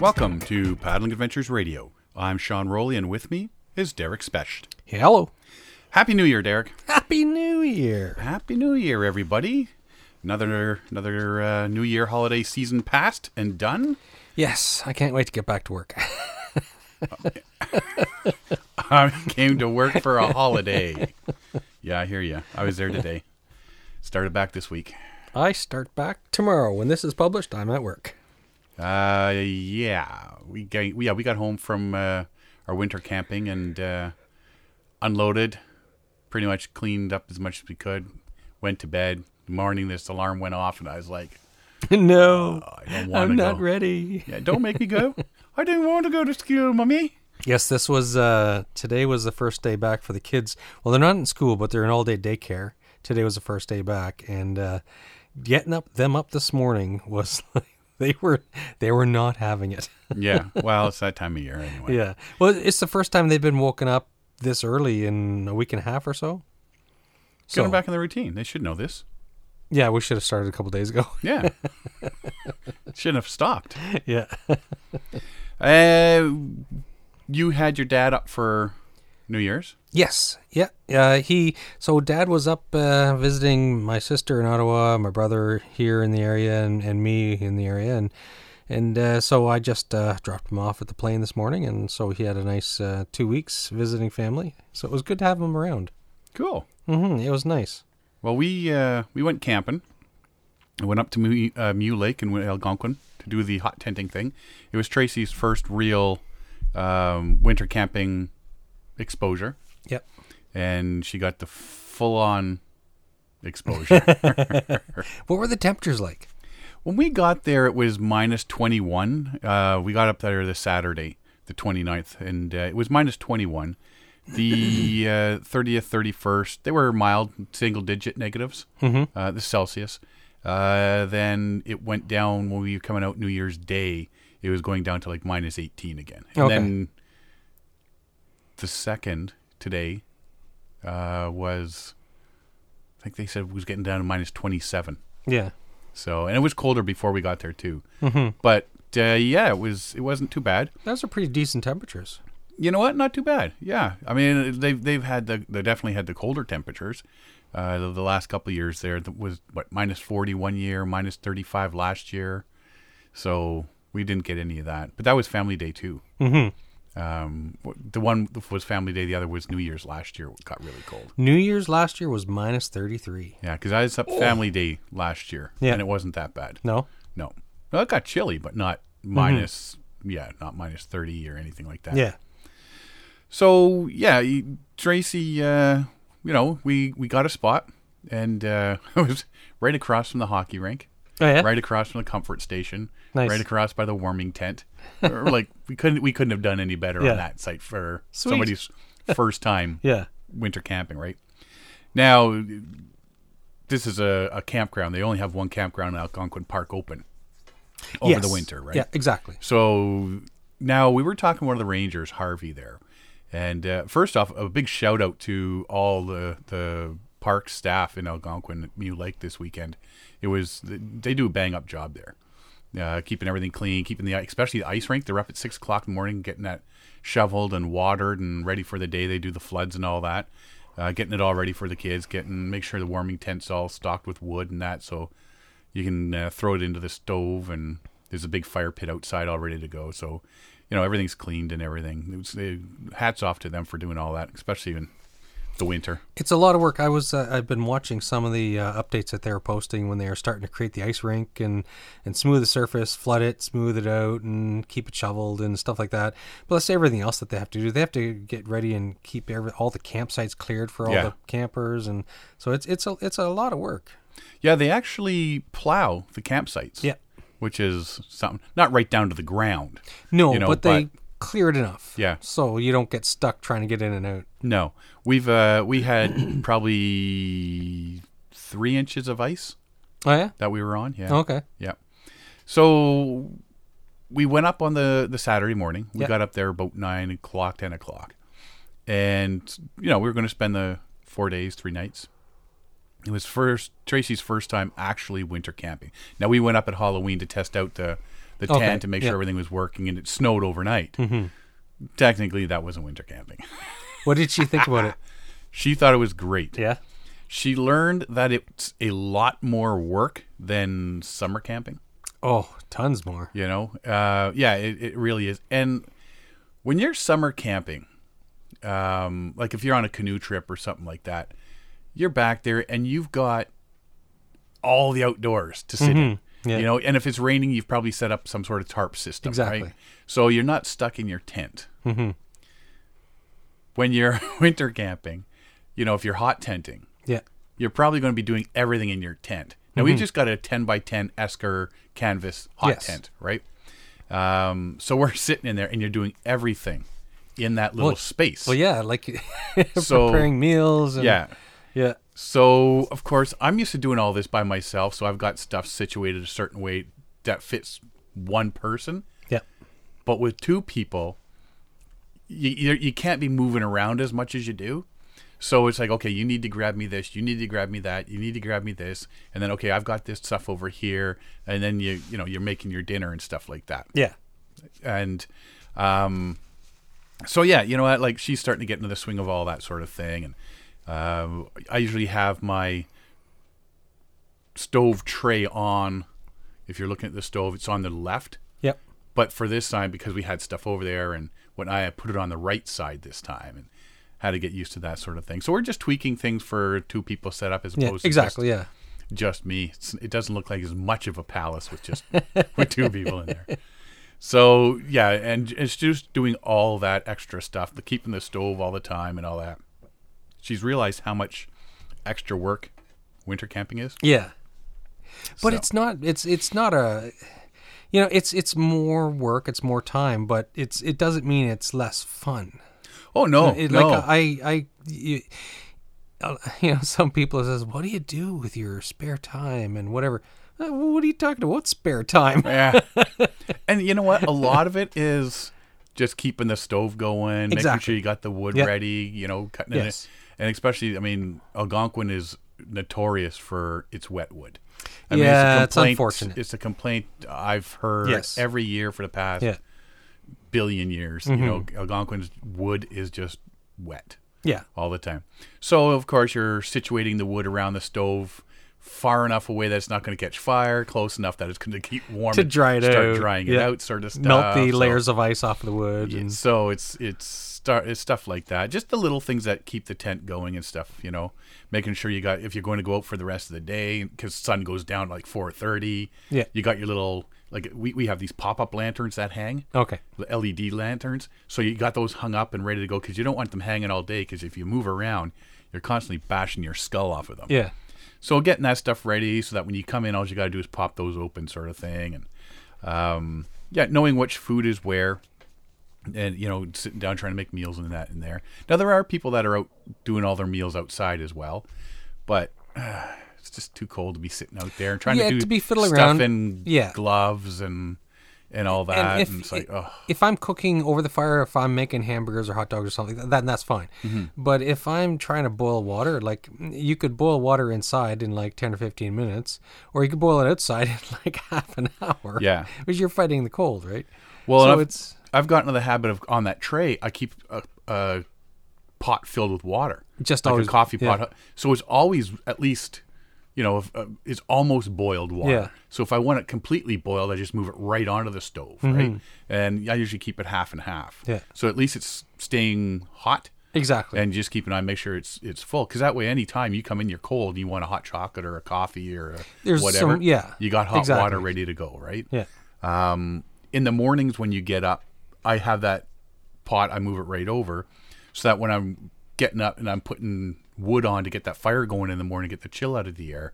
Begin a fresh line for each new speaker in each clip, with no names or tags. Welcome to Paddling Adventures Radio. I'm Sean Rowley, and with me is Derek Specht.
Hello.
Happy New Year, Derek.
Happy New Year.
Happy New Year, everybody. Another another uh, New Year holiday season passed and done.
Yes, I can't wait to get back to work.
I came to work for a holiday. Yeah, I hear you. I was there today. Started back this week.
I start back tomorrow. When this is published, I'm at work.
Uh, yeah, we got, yeah we got home from uh, our winter camping and uh, unloaded, pretty much cleaned up as much as we could. Went to bed. Morning, this alarm went off, and I was like,
no,
I don't want
Uh, I'm
to go.
not ready.
Yeah, don't make me go. I didn't want to go to school, mommy.
Yes, this was uh today was the first day back for the kids. Well, they're not in school, but they're in all-day daycare. Today was the first day back and uh getting up them up this morning was like they were they were not having it.
Yeah, well, it's that time of year anyway.
yeah. Well, it's the first time they've been woken up this early in a week and a half or so.
Get them back in the routine. They should know this.
Yeah, we should have started a couple days ago.
Yeah, shouldn't have stopped.
yeah.
Uh, you had your dad up for New Year's.
Yes. Yeah. Uh, he. So dad was up uh, visiting my sister in Ottawa, my brother here in the area, and, and me in the area, and and uh, so I just uh, dropped him off at the plane this morning, and so he had a nice uh, two weeks visiting family. So it was good to have him around.
Cool.
hmm It was nice.
Well, we uh, we went camping. I went up to Mew, uh, Mew Lake in Algonquin to do the hot tenting thing. It was Tracy's first real um, winter camping exposure,
Yep.
and she got the full on exposure.
What were the temperatures like?
when we got there, it was minus 21. Uh, we got up there the Saturday, the 29th, and uh, it was minus 21. The uh, 30th, 31st, they were mild single digit negatives,
Mm-hmm.
uh, the Celsius. Uh, then it went down when we were coming out New Year's Day, it was going down to like minus 18 again. And
Okay.
then the second today uh, was, I think they said it was getting down to minus 27.
Yeah.
So, and it was colder before we got there too. Mm-hmm. But uh, yeah, it was it wasn't too bad.
Those are pretty decent temperatures.
You know what? Not too bad. Yeah, I mean they've they've had the they definitely had the colder temperatures. Uh, the, the last couple of years there that was what minus forty one year, minus thirty five last year. So we didn't get any of that. But that was Family Day too. Mm-hmm. Um, w- the one was Family Day. The other was New Year's last year. Got really cold.
New Year's last year was minus thirty three.
Yeah, because I was up Family Day last year,
Yeah.
and it wasn't that bad.
No.
No. Well, it got chilly, but not minus, yeah, not minus 30 or anything like that.
Mm-hmm. Yeah.
So, yeah, you- Tracy, uh, you know, we, we got a spot and uh, it was right across from the hockey rink,
Oh yeah.
right across from the comfort station,
Nice.
right across by the warming tent. Or, like we couldn't we couldn't have done any better
Yeah.
on that site for
Sweet.
somebody's first time
Yeah.
winter camping, right? Now, this is a, a campground. They only have one campground in Algonquin Park open over the
Yes.
winter, right?
Yeah. Exactly.
So now we were talking to one of the Rangers, Harvey, there. And uh, first off, a big shout out to all the, the park staff in Algonquin at Mew Lake this weekend. It was, they do a bang up job there. Uh, keeping everything clean, keeping the especially the ice rink. They're up at six o'clock in the morning, getting that shoveled and watered and ready for the day. They do the floods and all that, uh, getting it all ready for the kids. Getting make sure the warming tent's all stocked with wood and that, so you can uh, throw it into the stove and there's a big fire pit outside all ready to go so you know everything's cleaned and everything it was, uh, hats off to them for doing all that especially in the winter
It's a lot of work. I was uh, I've been watching some of the uh, updates that they're posting when they are starting to create the ice rink and and smooth the surface, flood it, smooth it out, and keep it shoveled and stuff like that. Plus everything else that they have to do. They have to get ready and keep every, all the campsites cleared for all
Yeah.
the campers, and so it's it's a it's a lot of work.
yeah they actually plow the campsites
Yeah.
which is something not right down to the ground
No,
You know,
but they
but-
clear it enough.
Yeah.
So you don't get stuck trying to get in and out.
no we've uh we had probably three inches of ice
Oh yeah.
that we were on yeah
Okay.
Yeah. So we went up on the the Saturday morning. We
Yeah.
got up there about nine o'clock, ten o'clock, and you know we were going to spend the four days, three nights. It was first Tracy's first time actually winter camping. Now we went up at Halloween to test out the the
Okay,
tent and make
yeah. Mm-hmm.
sure everything was working, and it snowed overnight. Technically, that wasn't winter camping.
What did she think about it?
She thought it was great.
Yeah.
She learned that it's a lot more work than summer camping.
Oh, tons more.
You know, uh, yeah, it, it really is. And when you're summer camping, um, like if you're on a canoe trip or something like that, you're back there and you've got all the outdoors to sit in.
Mm-hmm. yeah.
You know, and if it's raining, you've probably set up some sort of tarp system,
Exactly.
right? So you're not stuck in your tent. Mm-hmm. When you're winter camping, you know, if you're hot tenting,
Yeah.
you're probably going to be doing everything in your tent. Now we've just got a ten by ten Esker canvas hot
Mm-hmm. Yes.
tent, right? Um, so we're sitting in there, and you're doing everything in that little
Well-
space.
Well, yeah, like
So-
preparing meals. And,
yeah.
Yeah.
So of course I'm used to doing all this by myself, so I've got stuff situated a certain way that fits one person.
Yeah.
But with two people, you you, you can't be moving around as much as you do. So it's like, okay, you need to grab me this, you need to grab me that, you need to grab me this, and then okay, I've got this stuff over here, and then you you know you're making your dinner and stuff like that
Yeah.
and um, so yeah, you know what? Like she's starting to get into the swing of all that sort of thing, and um, I usually have my stove tray on. If you're looking at the stove, it's on the left.
Yep.
But for this time, because we had stuff over there, and when I put it on the right side this time, and had to get used to that sort of thing. So we're just tweaking things for two people set up as opposed
Yeah.
to just
Exactly. Yeah.
just me. It's, it doesn't look like as much of a palace with just with two people in there. So yeah, and it's just doing all that extra stuff, the keeping the stove all the time and all that. She's realized how much extra work winter camping is.
Yeah. But
So-
it's not it's it's not a you know, it's it's more work, it's more time, but it's it doesn't mean it's less fun.
Oh no,
It,
no.
Like uh, I I you, uh, you know, some people says, "What do you do with your spare time and whatever?" Uh, what are you talking about What's spare time?
yeah. And you know what? A lot of it is just keeping the stove going, making
Exactly.
sure you got the wood
Yeah.
ready, you know, cutting
Yes.
it. And especially, I mean, Algonquin is notorious for its wet wood. I
Yeah, it's
complaint-
unfortunate.
It's a complaint I've heard
Yes.
every year for the past
Yeah. Mm-hmm.
billion years. You know, Algonquin's wood is just wet
Yeah.
all the time. So of course you're situating the wood around the stove far enough away that it's not going to catch fire, close enough that it's going to keep warm
To
and
dry it
start
out,
drying it
yeah.
out, sort of stuff.
Melt the
So-
layers of ice off the wood and
So it's it's start it's stuff like that, just the little things that keep the tent going and stuff. You know, making sure you got if you're going to go out for the rest of the day because sun goes down like four thirty.
Yeah.
you got your little like we we have these pop up lanterns that hang
Okay.
the LED lanterns. So you got those hung up and ready to go because you don't want them hanging all day because if you move around, you're constantly bashing your skull off of them.
Yeah.
So getting that stuff ready so that when you come in, all you got to do is pop those open, sort of thing, and um, yeah, knowing which food is where, and you know, sitting down trying to make meals and that in there. Now there are people that are out doing all their meals outside as well, but. It's just too cold to be sitting out there and trying
Yeah,
to do
to be fiddling
stuff
around.
and
Yeah.
gloves and and all that.
and
And
if
it's like, oh,
if I'm cooking over the fire, if I'm making hamburgers or hot dogs or something, th- then that's fine.
Mm-hmm.
But if I'm trying to boil water, like you could boil water inside in like ten or fifteen minutes, or you could boil it outside in like half an hour.
Yeah.
because you're fighting the cold, right?
Well, and
so
I've,
it's
I've gotten to the habit of on that tray, I keep a, a pot filled with water,
Just
like
always-
a coffee
yeah.
pot. So it's always at least, you know, if, uh, it's almost boiled water.
Yeah.
So if I want it completely boiled, I just move it right onto the stove, right? And I usually keep it half and half.
Mm-hmm. Yeah.
So at least it's staying hot.
exactly
And just keep an eye, make sure it's it's full, because that way, anytime you come in, you're cold. You want a hot chocolate or a coffee or a
There's
whatever.
some- yeah,
you got hot
exactly.
water ready to go, right?
yeah,
in the mornings when you get up, I have that pot. I move it right over, so that when I'm getting up and I'm putting wood on to get that fire going in the morning, get the chill out of the air.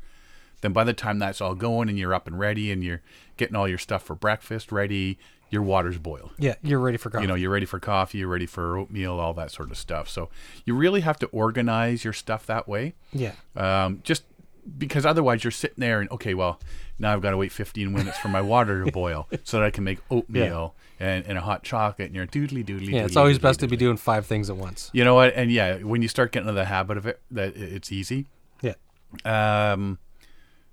Then by the time that's all going and you're up and ready and you're getting all your stuff for breakfast ready, your water's boiled.
yeah. You're ready for coffee.
You know, you're ready for coffee, you're ready for oatmeal, all that sort of stuff. So you really have to organize your stuff that way
yeah,
um, just because otherwise you're sitting there and okay, well, now I've got to wait 15 minutes for my water to boil so that I can make oatmeal and, and a hot chocolate and you're doodly doodly.
yeah. It's
doodly,
always
doodly,
best to
doodly.
be doing five things at once.
You know what? And yeah, when you start getting into the habit of it, that it- it's easy.
Yeah,
Um,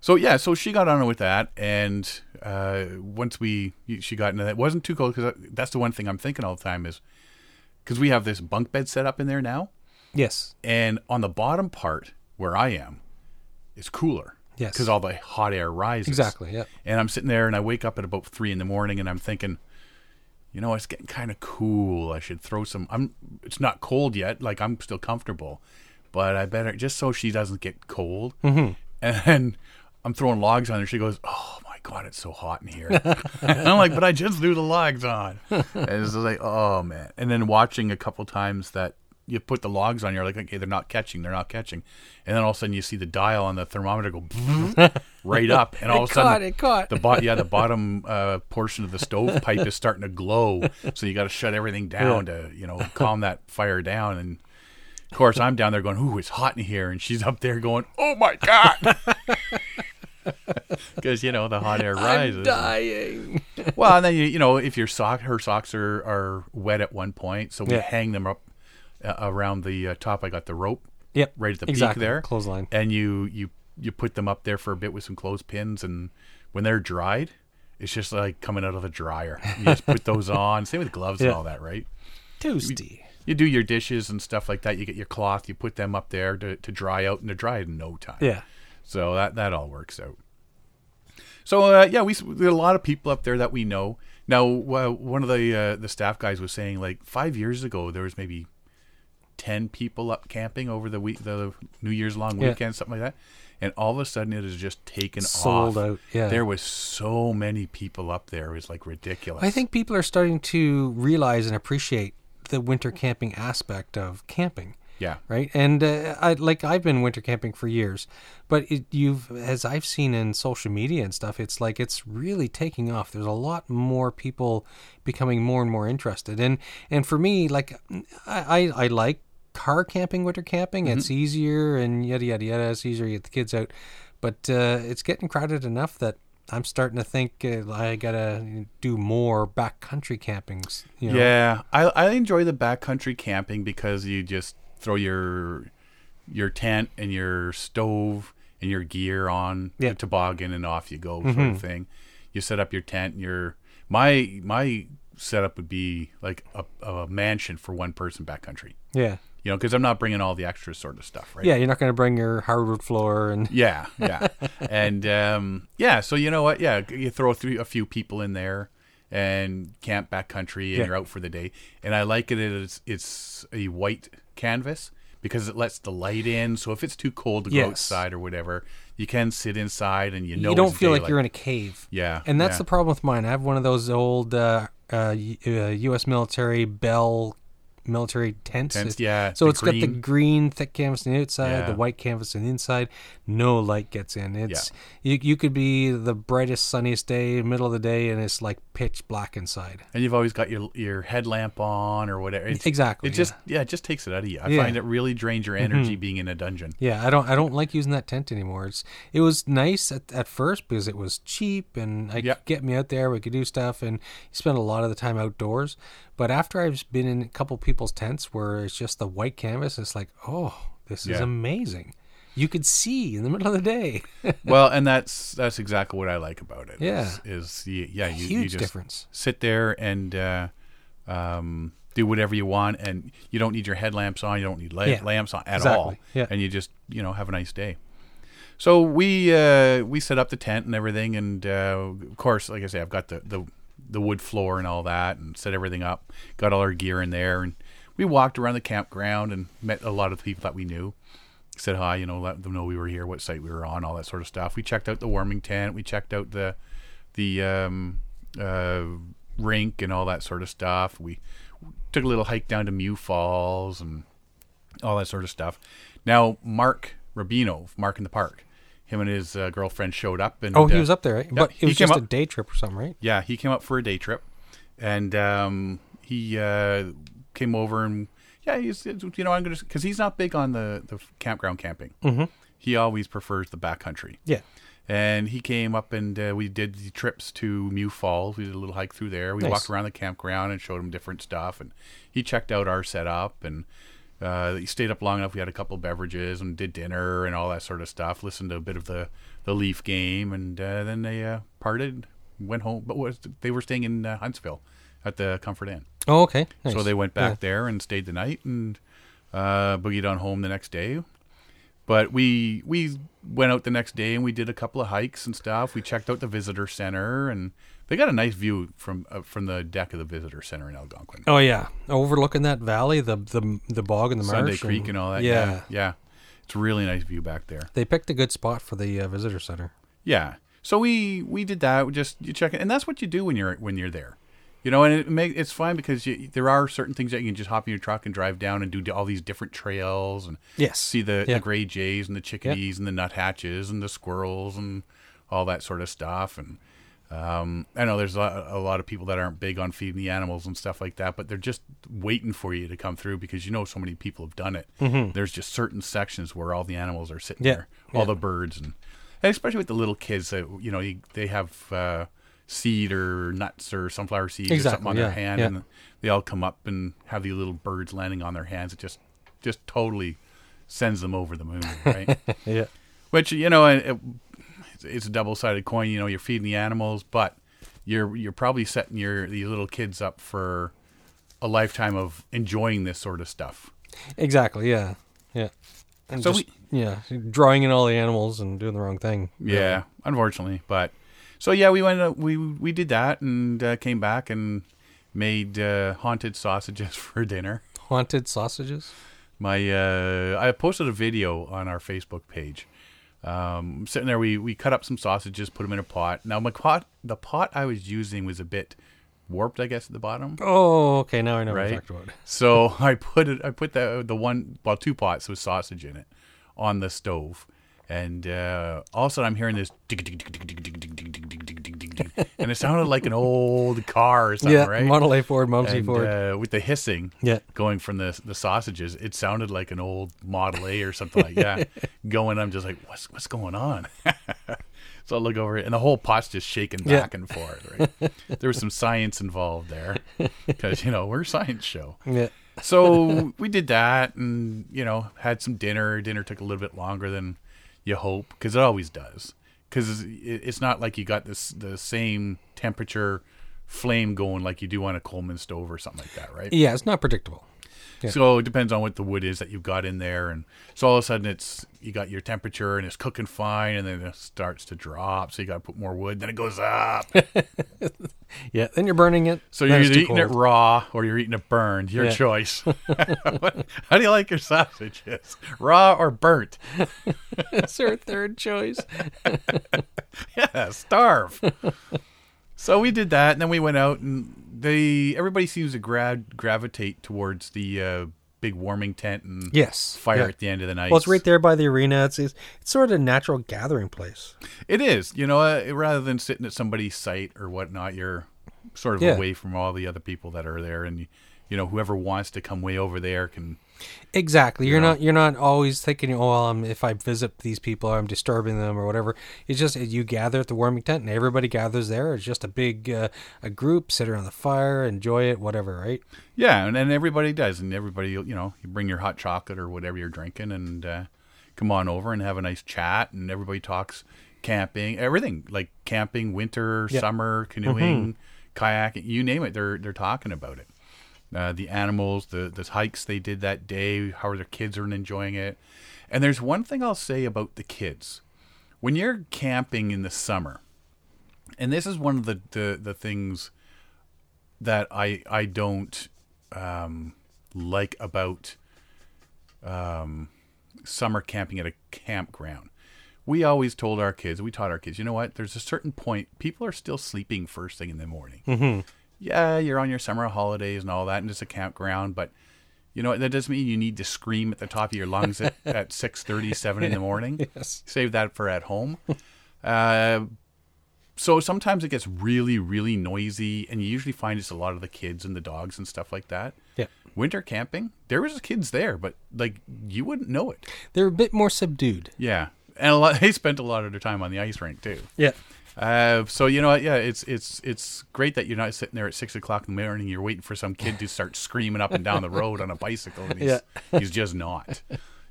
so yeah, so she got on with that, and uh, once we she got into that, it wasn't too cold because that's the one thing I'm thinking all the time is because we have this bunk bed set up in there now,
Yes.
and on the bottom part where I am, it's cooler.
Yes.
Because all the hot air rises.
Exactly. Yeah.
And I'm sitting there and I wake up at about three in the morning and I'm thinking, you know, it's getting kind of cool. I should throw some. I'm. It's not cold yet. Like I'm still comfortable, but I better just so she doesn't get cold. Mm-hmm. And then I'm throwing logs on her. She goes, "Oh my god, it's so hot in here." and I'm like, "But I just threw the logs on." and it's just like, "Oh man." And then watching a couple times that you put the logs on, you're like, "Okay, they're not catching. They're not catching." And then all of a sudden you see the dial on the thermometer go right up, and all of a sudden
Caught it. Caught.
the bot yeah the bottom uh, portion of the stovepipe is starting to glow so you got to shut everything down to you know calm that fire down and of course i'm down there going ooh it's hot in here and she's up there going oh my god because you know the hot air rises
I'm dying.
well and then you, you know if your sock her socks are are wet at one point so we
Yeah.
hang them up uh, around the uh, top i got the rope
Yep.
right at the
exactly.
peak there
Clothesline.
and you you you put them up there for a bit with some clothespins and when they're dried it's just like coming out of the dryer you just put those on same with gloves and
Yeah.
all that right
Toasty.
you do your dishes and stuff like that you get your cloth you put them up there to, to dry out and they're dry in no time
Yeah.
so that that all works out so uh, yeah we s- there are a lot of people up there that we know now uh, one of the uh, the staff guys was saying like five years ago there was maybe 10 people up camping over the week the new year's long
Yeah.
weekend something like that and all of a sudden it is just taken
Sold
off
out. Yeah.
there was so many people up there it was like ridiculous
I think people are starting to realize and appreciate the winter camping aspect of camping.
yeah
right? And uh, I like I've been winter camping for years, but it, you've as I've seen in social media and stuff, it's like it's really taking off. There's a lot more people becoming more and more interested, and and for me, like I I, I like car camping, winter camping. It's easier and yada yada yada. It's easier to get the kids out, but uh, it's getting crowded enough that. I'm starting to think uh, I gotta do more backcountry campings. You know?
Yeah, I I enjoy the backcountry camping because you just throw your your tent and your stove and your gear on
Yeah. Mm-hmm.
the toboggan and off you go sort of thing. You set up your tent and your my my setup would be like a, a mansion for one person backcountry.
yeah,
You know, because I'm not bringing all the extra sort of stuff, right?
yeah. You're not gonna bring your hardwood floor and
Yeah, yeah, and um, yeah. So you know what? Yeah, you throw three, a few people in there and camp backcountry, and
Yeah.
you're out for the day. And I like it. It's it's a white canvas because it lets the light in. So if it's too cold to go
Yes.
outside or whatever, you can sit inside, and you know
you don't
it's
feel like
daylight.
you're in a cave.
Yeah,
And that's
yeah.
the problem with mine. I have one of those old uh, uh, U- uh, U.S. military Bell military tents.
Tents,
It-
yeah,
So
the
it's got the
green.
green thick canvas on the outside,
Yeah.
the white canvas on the inside. No light gets in. It's you, you could be the brightest, sunniest day, middle of the day, and it's like pitch black inside.
and you've always got your your headlamp on or whatever. It's,
Exactly,
It just yeah, it just takes it out of you. I
Yeah. Mm-hmm.
find it really drains your energy being in a dungeon.
Yeah, I don't I don't like using that tent anymore. It's it was nice at, at first because it was cheap and I
Yeah.
could get me out there, we could do stuff and spend a lot of the time outdoors. But after I've been in a couple people's tents where it's just the white canvas, it's like, "Oh, this is
Yeah.
amazing." You could see in the middle of the day.
well, and that's that's exactly what I like about it.
Yeah.
is, is you, yeah, you, you
Huge
just
difference.
sit there and uh, um, do whatever you want, and you don't need your headlamps on, you don't need la-
Yeah.
lamps on at
Exactly.
all,
Yeah.
and you just you know have a nice day. So we uh, we set up the tent and everything, and uh, of course, like I say, I've got the, the the wood floor and all that, and set everything up. Got all our gear in there, and we walked around the campground and met a lot of people that we knew. Said hi, you know, let them know we were here, what site we were on, all that sort of stuff. We checked out the warming tent, we checked out the the um, uh, rink and all that sort of stuff. We took a little hike down to Mew Falls and all that sort of stuff. Now, Mark Rubino, Mark in the Park, him and his uh, girlfriend showed up. And
Oh, he
uh,
was up there, right? But
he
it was
came
just a
up-
day trip or something, right?
Yeah, he came up for a day trip, and um, he uh, came over and yeah, he's you know I'm gonna because he's not big on the the campground camping. Mm-hmm. He always prefers the backcountry
Yeah.
and he came up and uh, we did the trips to Mew Falls. We did a little hike through there. We
Nice.
walked around the campground and showed him different stuff, and he checked out our setup and. Uh, he stayed up long enough. We had a couple beverages and did dinner and all that sort of stuff. Listened to a bit of the, the Leaf game, and uh, then they uh, parted went home, but was they were staying in uh, Huntsville at the Comfort Inn.
Oh, okay.
So
Nice.
they went back
Yeah.
there and stayed the night and uh, boogied on home the next day. But we we went out the next day and we did a couple of hikes and stuff. We checked out the visitor center and they got a nice view from uh, from the deck of the visitor center in Algonquin,
Oh yeah, overlooking that valley, the the the bog and the
Sunday
marsh
Creek and all that.
Yeah.
yeah, yeah. it's a really nice view back there.
They picked a good spot for the uh, visitor center.
Yeah. So we we did that. We just you check it, and that's what you do when you're when you're there, you know. And it make, it's fine because you, there are certain things that you can just hop in your truck and drive down and do all these different trails and
Yes.
see the,
Yeah.
the gray jays and the chickadees and the nuthatches and the squirrels and all that sort of stuff. And um, I know there's a lot, a lot of people that aren't big on feeding the animals and stuff like that, but they're just waiting for you to come through because you know so many people have done it. There's just certain sections where all the animals are sitting
Mm-hmm. Yeah.
there, all the birds, and, and especially with the little kids that you know you, they have uh, seed or nuts or sunflower seeds or something
Exactly,
on
yeah,
their hand,
yeah.
and they all come up and have these little birds landing on their hands. It just just totally sends them over the moon, right?
Yeah.
Which you know, it, it- it's- it's a double-sided coin. You know, you're feeding the animals, but you're you're probably setting your these little kids up for a lifetime of enjoying this sort of stuff.
Exactly. Yeah. Yeah. And
So
just- yeah, drawing in all the animals and doing the wrong thing.
Yeah, unfortunately, but so yeah, we went out- we we did that and uh, came back and made uh, haunted sausages for dinner.
Haunted sausages.
my uh, I posted a video on our Facebook page. Um, sitting there, we we cut up some sausages, put them in a pot. Now my pot, the pot I was using was a bit warped, I guess, at the bottom.
Oh, okay. Now I know what
Right.
you're talking about.
So I put it, I put the the one, well, two pots with sausage in it, on the stove, and uh, all of a sudden I'm hearing this, tick, tick, tick, tick, tick, tick, tick, tick, tick, tick, tick, tick, tick, tick, tick. and it sounded like an old car or something,
Yeah,
right?
Model A Ford, Mumsy
and,
Ford.
uh, with the hissing
Yeah.
going from the the sausages, it sounded like an old Model A or something like that going. I'm just like, what's what's going on? so I look over it, and the whole pot's just shaking
Yeah.
back and forth. Right? there was some science involved there because you know we're a science show.
yeah.
So we did that, and you know had some dinner. Dinner took a little bit longer than you hope because it always does. Because it's not like you got this the same temperature flame going like you do on a Coleman stove or something like that, right?
Yeah. It's not predictable. Yeah.
So it depends on what the wood is that you've got in there, and so all of a sudden it's you got your temperature and it's cooking fine, and then it starts to drop. So you got to put more wood, then it goes up.
Yeah. Then you're burning it.
So you're
then it's
either
too
eating it
cold.
raw or you're eating it burned. Your
Yeah.
choice. How do you like your sausages, raw or burnt?
That's our third choice.
Yeah, starve. so we did that, and then we went out, and they everybody seems to gra- gravitate towards the uh, big warming tent and
Yes.
fire
yeah.
at the end of the night.
Well, it's right there by the arena. It's, it's it's sort of a natural gathering place.
It is, you know, uh, rather than sitting at somebody's site or whatnot, you're sort of
Yeah.
away from all the other people that are there, and you know, whoever wants to come way over there can.
Exactly. You're not you're not always thinking, oh, well, um, if I visit these people, I'm disturbing them or whatever. It's just uh, you gather at the warming tent, and everybody gathers there. It's just a big uh, a group, sit around the fire, enjoy it, whatever, right?
Yeah, and, and everybody does, and everybody, you know, you bring your hot chocolate or whatever you're drinking, and uh, come on over and have a nice chat, and everybody talks camping, everything like camping, winter, summer, canoeing, kayaking, you name it, they're they're talking about it. uh, the animals, the the hikes they did that day, how their kids are enjoying it. And there's one thing I'll say about the kids: when you're camping in the summer, and this is one of the the, the things that I I don't um, like about um, summer camping at a campground. We always told our kids, we taught our kids, you know what? There's a certain point people are still sleeping first thing in the morning yeah, you're on your summer holidays and all that, and it's a campground, but you know that doesn't mean you need to scream at the top of your lungs at, at six thirty, seven in the morning.
Yes.
Save that for at home. Uh, so sometimes it gets really, really noisy, and you usually find it's a lot of the kids and the dogs and stuff like that.
Yeah.
Winter camping, there was kids there, but like you wouldn't know it.
They're a bit more subdued.
Yeah, and a lot. They spent a lot of their time on the ice rink too.
Yeah.
Uh, so you know, what, yeah, it's it's it's great that you're not sitting there at six o'clock in the morning. You're waiting for some kid to start screaming up and down the road on a bicycle, and he's, he's just not.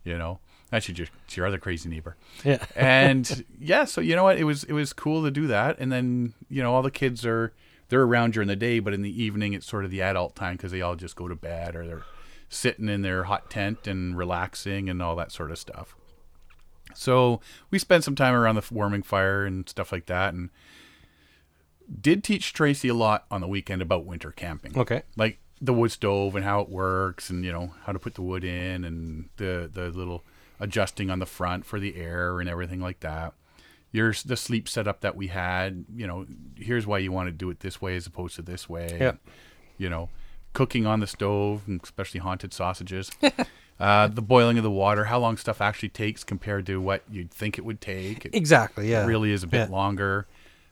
You know, That's your it's your other crazy neighbor.
Yeah.
and yeah, so you know what? It was it was cool to do that, and then you know all the kids are they're around during the day, but in the evening it's sort of the adult time because they all just go to bed or they're sitting in their hot tent and relaxing and all that sort of stuff. So we spent some time around the warming fire and stuff like that, and did teach Tracy a lot on the weekend about winter camping
Okay.
like the wood stove and how it works and you know how to put the wood in and the the little adjusting on the front for the air and everything like that your the sleep setup that we had you know here's why you want to do it this way as opposed to this way
Yeah.
you know cooking on the stove and especially haunted sausages uh, the boiling of the water how long stuff actually takes compared to what you'd think it would take It-
Exactly. Yeah.
really is a bit
Yeah.
longer.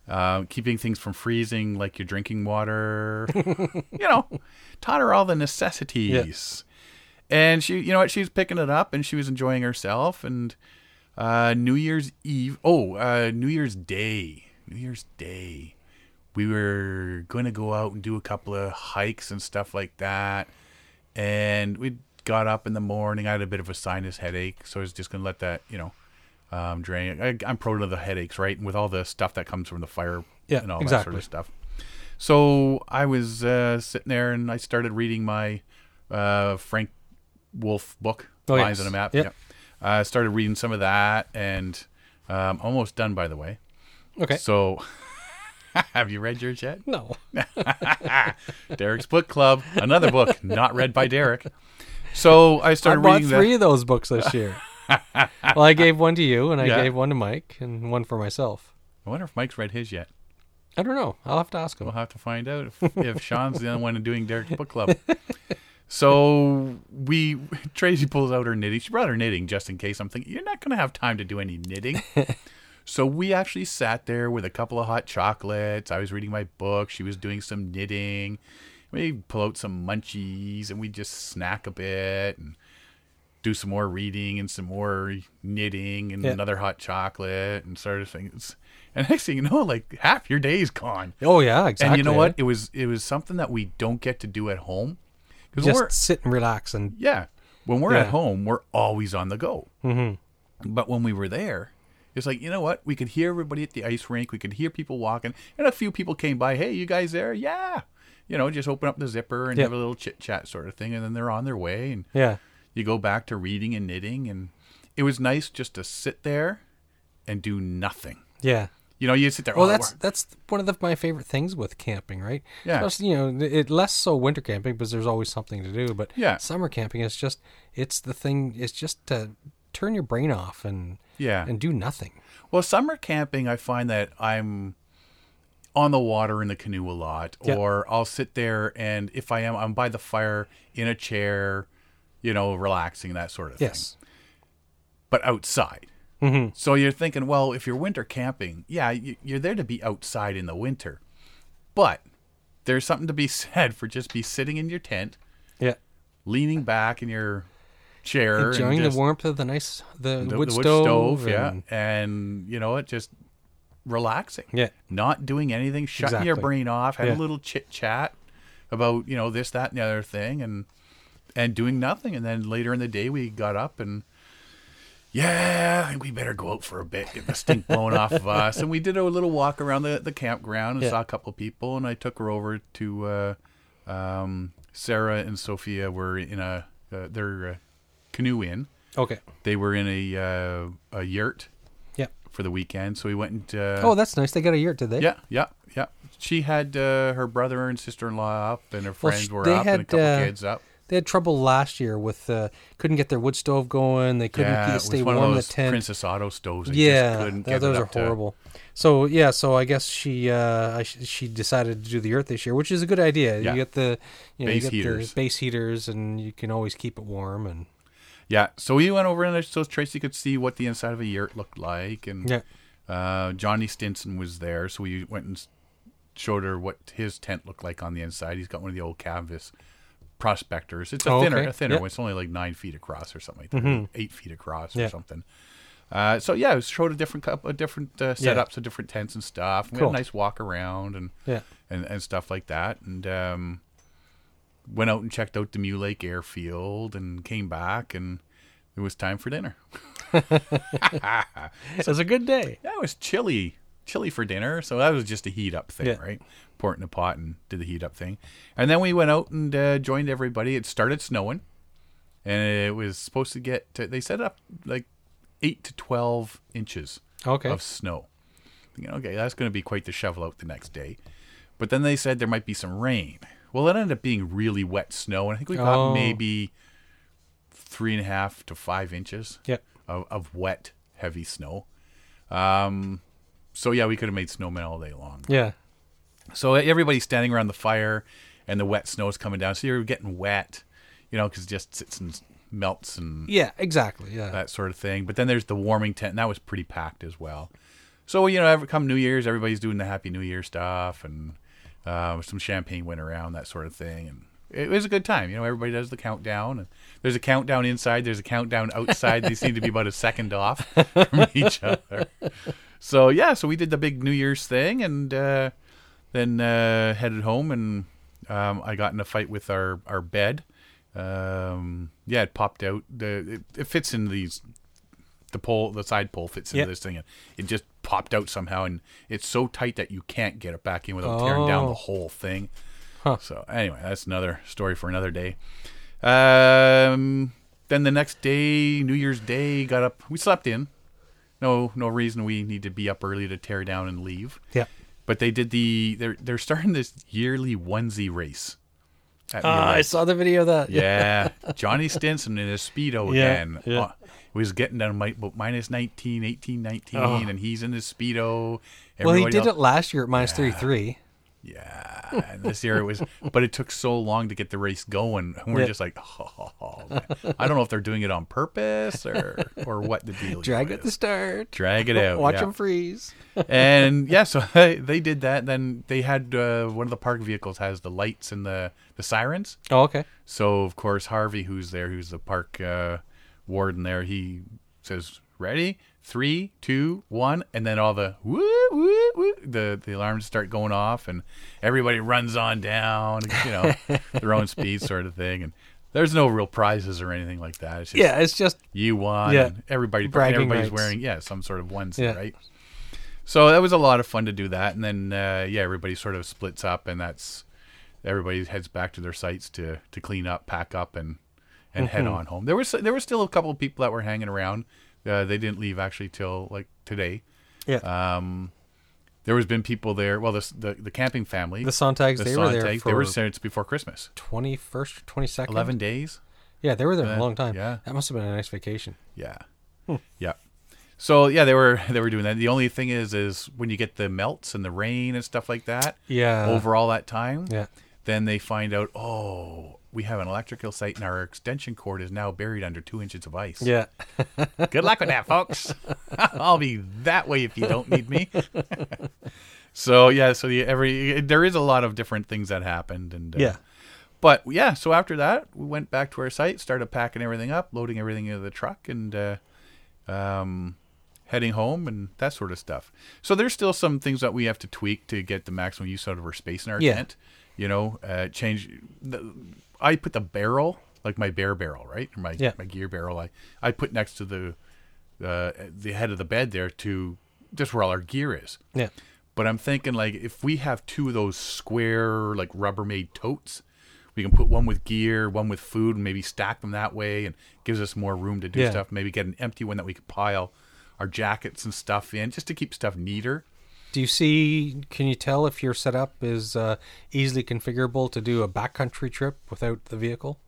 Uh, keeping things from freezing, like your drinking water, you know, taught her all the necessities. And she, you know what, she was picking it up and she was enjoying herself. And uh, New Year's Eve, oh, uh, New Year's Day, New Year's Day, we were going to go out and do a couple of hikes and stuff like that. And we got up in the morning. I had a bit of a sinus headache, so I was just going to let that, you know, um, drain. I, I'm prone to the headaches, right? And with all the stuff that comes from the fire
Yeah,
and all that sort
exactly.
of stuff. So I was uh, sitting there and I started reading my uh, Frank Wolf book,
Oh,
Lines on
yes.
a Map.
Yep.
Yeah. I started reading some of that and um, almost done, by the way.
Okay.
So have you read yours yet?
No.
Derek's Book Club, another book not read by Derek. So I
I
started
bought
reading that.
three of those books this year. well, I gave one to you, and I
Yeah.
gave one to Mike, and one for myself.
I wonder if Mike's read his yet.
I don't know. I'll have to ask him.
We'll have to find out if, if Sean's the only one doing Derek's book club. So we Tracy pulls out her knitting. She brought her knitting just in case. I'm thinking you're not going to have time to do any knitting. so we actually sat there with a couple of hot chocolates. I was reading my book. She was doing some knitting. We pull out some munchies and we just snack a bit and do some more reading and some more knitting and
Yeah.
another hot chocolate and sort of things. And next thing you know, like half your day's gone.
Oh yeah,
And
exactly.
you know
eh?
what? It was it was something that we don't get to do at home because
Just
we're
sit and relax, and
yeah when we're at
Yeah.
home we're always on the go. Mm-hmm. But when we were there, it's like you know what? We could hear everybody at the ice rink. We could hear people walking, and a few people came by. Hey, you guys there? Yeah. You know, just open up the zipper and
Yeah.
have a little chit chat sort of thing, and then they're on their way. And
yeah,
you go back to reading and knitting, and it was nice just to sit there and do nothing.
yeah.
You know, you sit there.
Well,
"Oh,
that's
we're-"
that's one of the, my favorite things with camping, right?
Yeah.
Especially, you know, it less so winter camping because there's always something to do, but
Yeah.
summer camping is just it's the thing. It's just to turn your brain off and
yeah.
and do nothing.
Well, summer camping, I find that I'm on the water in the canoe a lot,
Yeah.
or I'll sit there and if I am, I'm by the fire in a chair, you know, relaxing that sort of thing.
Yes. Mm-hmm.
But outside. So you're thinking, well, if you're winter camping, yeah, you- you're there to be outside in the winter, but there's something to be said for just be sitting in your tent,
Yeah.
leaning back in your chair, and
Enjoying
just-
the warmth of the nice the,
the,
wood,
the
stove.
yeah,
and-
and you know what, just relaxing,
Yeah.
not doing anything, shutting your
Exactly.
brain off, had
Yeah.
a little chit chat about you know this, that, and the other thing, and and doing nothing, and then later in the day we got up and. Yeah, I think we better go out for a bit, get the stink blown off of us. And we did a little walk around the, the campground and
Yeah.
saw a couple people. And I took her over to uh, um, Sarah and Sophia were in a uh, their uh, canoe inn
Okay.
they were in a uh, a yurt
Yeah.
for the weekend, so we went and uh,
Oh, that's nice. They got a yurt, did they?
yeah, yeah, yeah. She had uh, her brother and sister in law up, and her
Well,
friends
sh-
were
they
up, and a
had,
couple
uh,
kids up.
They had trouble last year with uh, couldn't get their wood stove going. They couldn't
Yeah,
get,
it
stay
was one
warm
of
in the
those
tent.
Princess Auto stoves. They
yeah,
just couldn't
tho-
get
those
it
are
up to-
horrible. So yeah, so I guess she uh, I sh- she decided to do the earth this year, which is a good idea.
Yeah.
You get the you know,
Base
you get
heaters.
the base heaters, and you can always keep it warm. And
yeah, so we went over and so Tracy could see what the inside of a yurt looked like, and
yeah,
uh, Johnny Stinson was there, so we went and s- showed her what his tent looked like on the inside. He's got one of the old canvas prospectors. It's a
Oh,
thinner,
okay.
a thinner
Yep.
one. It's only like nine feet across or something like that, eight feet across or
Yeah.
something. Uh, so yeah, it showed a different couple, a different uh,
Yeah.
setups, of different tents and stuff. We
Cool.
had a nice walk around and
yeah,
and, and stuff like that. And um, went out and checked out the Mule Lake airfield and came back and It was time for dinner.
It was a good day.
Yeah, it was chilly, chilly for dinner. So that was just a heat up thing,
Yeah.
right? Pour it in a pot and did the heat up thing. And then we went out and uh, joined everybody. It started snowing, and it was supposed to get. To, they set up like eight to twelve inches
Okay.
of snow. Thinking, okay, that's going to be quite the shovel out the next day. But then they said there might be some rain. Well, it ended up being really wet snow, and I think we got
Oh.
maybe three and a half to five inches
Yep.
of, of wet, heavy snow. Um, so yeah, we could have made snowmen all day long.
Yeah.
So everybody's standing around the fire, and the wet snow's coming down. So you're getting wet, you know, because it just sits and melts and
Yeah. Exactly. Yeah.
that sort of thing. But then there's the warming tent, and that was pretty packed as well. So you know, every, come New Year's, everybody's doing the Happy New Year stuff, and uh, some champagne went around, that sort of thing, and it was a good time. You know, everybody does the countdown, and there's a countdown inside, there's a countdown outside. they seem to be about a second off from each other. So yeah, so we did the big New Year's thing, and uh, then uh, headed home, and um, I got in a fight with our our bed. Um, yeah, it popped out. The it, it fits in these the pole, the side pole fits into
Yep.
this thing, and it just popped out somehow, and it's so tight that you can't get it back in without tearing down
Oh.
the whole thing. So anyway, that's another story for another day. Um, then the next day, New Year's Day, got up. We slept in. No, no reason we need to be up early to tear down and leave.
yeah.
But they did the. They're they're starting this yearly onesie race. at
Ah,
Muir
I saw the video of that.
yeah, Johnny Stinson in his Speedo
Yeah,
again.
yeah.
Uh, he was getting down to mi- about minus 19, 18, 19, and he's in his Speedo.
Well, he
Everybody
did
else-
it last year at minus 33.
Yeah, and this year it was, but it took so long to get the race going. And we're
Yeah.
just like, oh, man." I don't know if they're doing it on purpose or or what the deal
Drag at
is.
the start.
Drag it out.
Watch
yeah
him freeze.
and yeah, so they, they did that. Then they had uh, one of the park vehicles has the lights and the the sirens.
Oh, okay.
So of course Harvey, who's there, who's the park uh, warden there, he says, "Ready, three, two, one," and then all the woo, woo, woo, the the alarms start going off, and everybody runs on down, you know, their own speed sort of thing, and. There's no real prizes or anything like that. It's just
Yeah, it's just
you won.
Yeah.
and Everybody,
Bragging
everybody's
rights.
wearing yeah some sort of onesie,
Yeah.
right? So that was a lot of fun to do that, and then uh, yeah, everybody sort of splits up, and that's everybody heads back to their sites to to clean up, pack up, and and head
Mm-hmm.
on home. There was there were still a couple of people that were hanging around. Uh, they didn't leave actually till like today.
yeah.
Uh, There was been people there. Well, the the, the camping family,
the Sontags, they were there
Sontags,
for
they were since before Christmas,
21st, 22nd.
eleven days.
Yeah, they were there for a long time.
yeah.
That must have been a nice vacation.
Yeah. Yeah. So yeah, they were they were doing that. The only thing is is when you get the melts and the rain and stuff like that
Yeah.
over all that time,
Uh-huh. Yeah.
then they find out, oh, we have an electrical site and our extension cord is now buried under two inches of ice.
Yeah.
Good luck with that, folks. I'll be that way if you don't need me. so yeah, so the, every there is a lot of different things that happened and uh,
Yeah.
but yeah, so after that, we went back to our site, started packing everything up, loading everything into the truck, and uh, um, heading home and that sort of stuff. So there's still some things that we have to tweak to get the maximum use out of our space in our
Yeah.
tent. You know, uh, change. The, I put the barrel, like my bear barrel, right, or my
Yeah.
my gear barrel. I I put next to the uh, the head of the bed there to just where all our gear is.
Yeah.
But I'm thinking like if we have two of those square like Rubbermaid totes, we can put one with gear, one with food, and maybe stack them that way, and gives us more room to do
Yeah.
stuff. Maybe get an empty one that we could pile our jackets and stuff in, just to keep stuff neater.
Do you see? Can you tell if your setup is uh, easily configurable to do a backcountry trip without the vehicle?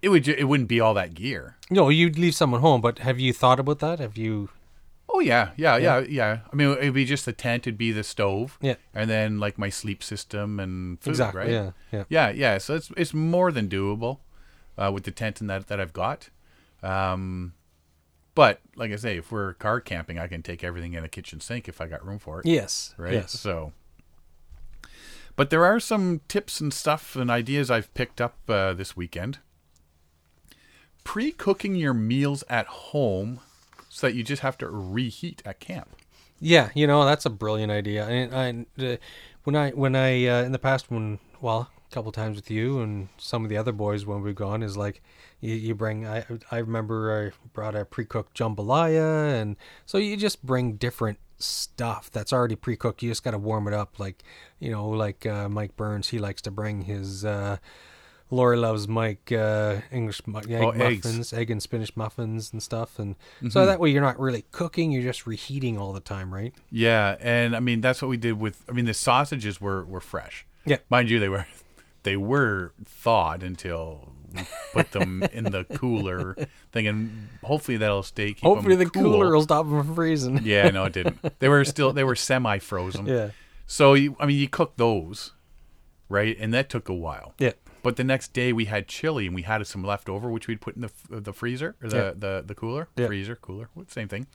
It would ju- it wouldn't be all that gear.
No, you'd leave someone home, but have you thought about that? Have you?
Oh yeah, yeah, yeah, yeah. I mean, it'd be just the tent, it'd be the stove,
Yeah.
and then like my sleep system and food,
Exactly,
right?
yeah, yeah.
yeah, yeah. So it's it's more than doable uh, with the tent and that that I've got. Um, but like I say, if we're car camping, I can take everything in a kitchen sink if I got room for it
Yes.
right?
Yes.
So, but there are some tips and stuff and ideas I've picked up uh, this weekend. Pre cooking your meals at home so that you just have to reheat at camp.
Yeah, you know that's a brilliant idea. And I, uh, when I, when I uh, in the past, when well, couple times with you and some of the other boys when we've gone is like you, you bring I I remember I brought a pre-cooked jambalaya and so you just bring different stuff that's already pre-cooked you just got to warm it up like you know like uh, Mike Burns he likes to bring his uh Lori loves Mike uh, English mu- egg
Oh, eggs.
muffins, egg and spinach muffins and stuff, and
Mm-hmm.
so that way you're not really cooking; you're just reheating all the time, right?
Yeah, and I mean that's what we did with. I mean the sausages were were fresh.
Yeah.
mind you, they were they were thawed until we put them in the cooler thing, and hopefully that'll stay. Keep 'em
Hopefully, the
cool.
cooler will stop them from freezing.
Yeah, no, it didn't. They were still they were semi frozen.
Yeah.
So you, I mean, you cook those, right? And that took a while.
Yeah.
But the next day we had chili and we had some leftover, which we'd put in the f- the freezer or the
Yeah.
the, the cooler,
Yeah.
freezer, cooler, what- same thing.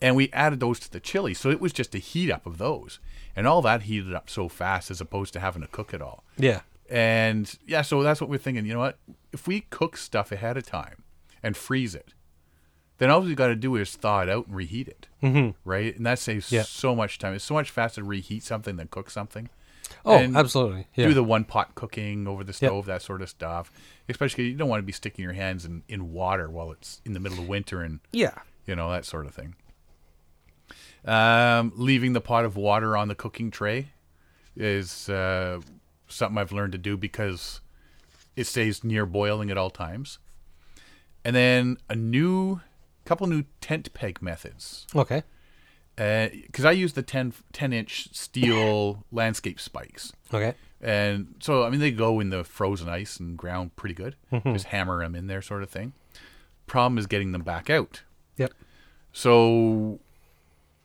And we added those to the chili, so it was just a heat up of those, and all that heated up so fast as opposed to having to cook it all.
Yeah.
And yeah, so that's what we're thinking. You know what? If we cook stuff ahead of time and freeze it, then all we got to do is thaw it out and reheat it, mm-hmm. right? And that saves
Yeah.
so much time. It's so much faster to reheat something than cook something
Oh,
And
absolutely. Yeah.
do the one pot cooking over the stove, that sort of stuff. Especially you don't want to be sticking your hands in, in water while it's in the middle of winter and
yeah.
you know that sort of thing. Um, leaving the pot of water on the cooking tray is uh, something I've learned to do because it stays near boiling at all times. And then a new couple new tent peg methods
Okay.
because I use the 10, 10 inch steel landscape spikes.
Okay.
And so, I mean, they go in the frozen ice and ground pretty good. Just hammer them in there, sort of thing. Problem is getting them back out.
Yep.
So,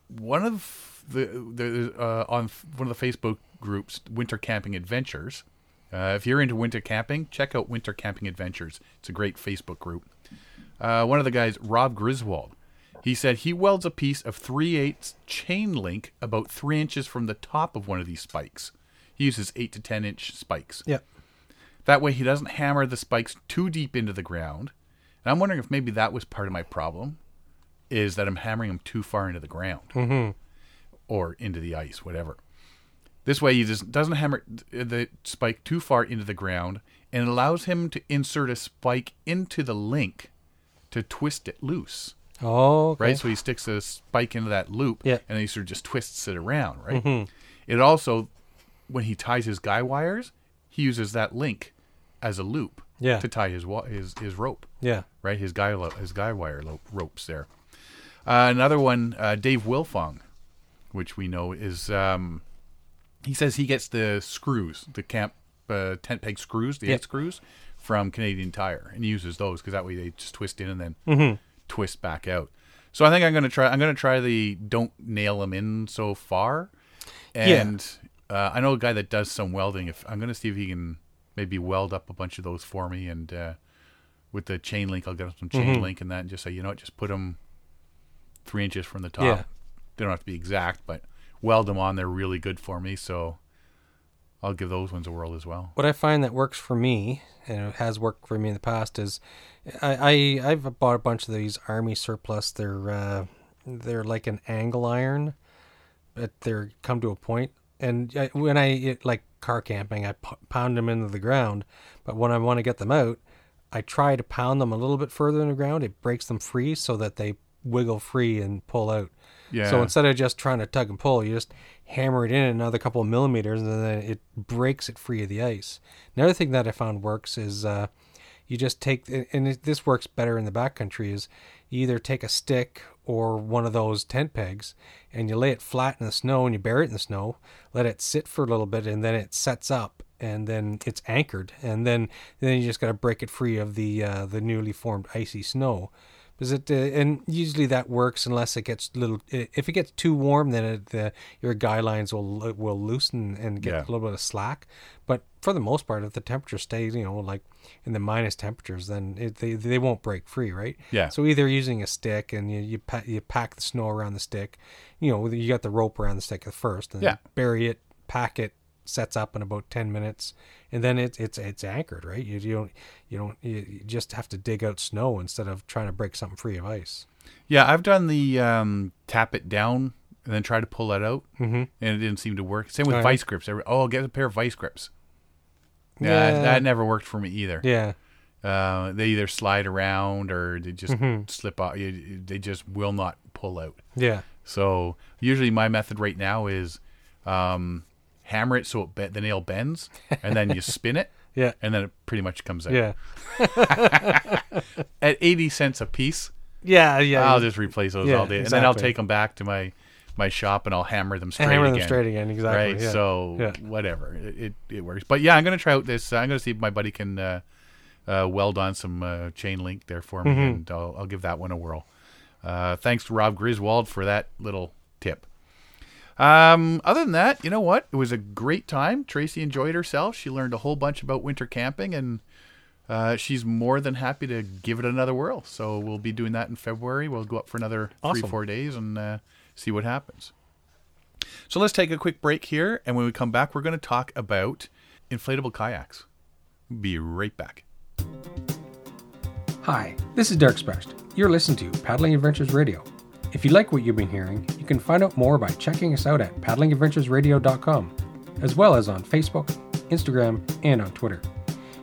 one of the, the uh, on one of the Facebook groups, Winter Camping Adventures. Uh, if you're into winter camping, check out Winter Camping Adventures. It's a great Facebook group. Uh, one of the guys, Rob Griswold, he said he welds a piece of 3 8 chain link about three inches from the top of one of these spikes. He uses 8 to 10 inch spikes.
Yep.
That way, he doesn't hammer the spikes too deep into the ground. And I'm wondering if maybe that was part of my problem, is that I'm hammering them too far into the ground or into the ice, whatever. This way, he just doesn't hammer the spike too far into the ground, and it allows him to insert a spike into the link to twist it loose
Oh.
right? So he sticks a spike into that loop,
Yeah. Mm-hmm.
and then he sort of just twists it around, right? It also, when he ties his guy wires, he uses that link as a loop
Yeah.
to tie his wa- his his rope,
Yeah.
right? His guy lo- his guy wire lo- ropes there. Uh, another one, uh, Dave Wilfong, which we know is, um, he says he gets the screws, the camp uh, tent peg screws, the
Yeah.
eight screws from Canadian Tire, and he uses those because that way they just twist in and then twist back out. So I think I'm gonna try. I'm gonna try the don't nail them in so far, and uh, I know a guy that does some welding. If I'm gonna see if he can maybe weld up a bunch of those for me, and uh, with the chain link, I'll get some chain link and that, and just say, you know what, just put them three inches from the top.
Yeah.
They don't have to be exact, but weld them on. They're really good for me, so I'll give those ones a whirl as well.
What I find that works for me, and it has worked for me in the past, is I, I I've bought a bunch of these army surplus. They're uh, they're like an angle iron, but they're come to a point. And I, when I it, like car camping, I p- pound them into the ground. But when I want to get them out, I try to pound them a little bit further in the ground. It breaks them free so that they wiggle free and pull out.
Yeah.
So instead of just trying to tug and pull, you just hammer it in another couple of millimeters, and then it breaks it free of the ice. Another thing that I found works is uh, you just take, and it, this works better in the backcountry, is you either take a stick or one of those tent pegs, and you lay it flat in the snow, and you bury it in the snow, let it sit for a little bit, and then it sets up, and then it's anchored, and then then you just got to break it free of the uh, the newly formed icy snow. Is it? Uh, and usually that works unless it gets little. i- If it gets too warm, then it, the your guy lines will lo- will loosen and get
Yeah.
a little bit of slack. But for the most part, if the temperature stays, you know, like in the minus temperatures, then it, they they won't break free, right?
Yeah.
So either using a stick and you you, pa- you pack the snow around the stick, you know, you got the rope around the stick at first, and
Yeah.
bury it, pack it, sets up in about ten minutes, and then it's it's it's anchored, right? You, you don't you don't you, you just have to dig out snow instead of trying to break something free of ice.
Yeah, I've done the um, tap it down and then try to pull that out, mm-hmm. and it didn't seem to work. Same with
Oh, yeah.
vice grips. Every- Oh, I'll get a pair of vice grips. Nah,
Yeah.
that never worked for me either.
Yeah.
Uh, they either slide around or they just slip off. You- you- They just will not pull out.
Yeah.
So usually my method right now is um, hammer it so it be- the nail bends, and then you spin it,
Yeah.
and then it pretty much comes out.
Yeah.
At eighty cents a piece,
Yeah. Yeah.
I'll just replace those
Yeah,
all day, and then I'll
exactly.
take them back to my my shop and I'll hammer them straight.
hammer
again.
them straight again. Exactly.
right?
Yeah.
So
Yeah.
whatever, it, it it works. But yeah, I'm gonna try out this. uh, I'm gonna see if my buddy can uh, uh, weld on some uh, chain link there for
Mm-hmm.
me, and I'll, I'll give that one a whirl. Uh, thanks to Rob Griswold for that little tip. Um, other than that, you know what? It was a great time. Tracy enjoyed herself. She learned a whole bunch about winter camping, and uh, she's more than happy to give it another whirl. So we'll be doing that in February. We'll go up for another
Awesome.
three, four days and uh, see what happens. So let's take a quick break here, and when we come back, we're going to talk about inflatable kayaks. Be right back.
Hi, this is Derek Sprest. You're listening to Paddling Adventures Radio. If you like what you've been hearing, you can find out more by checking us out at paddlingadventuresradio.com, as well as on Facebook, Instagram, and on Twitter.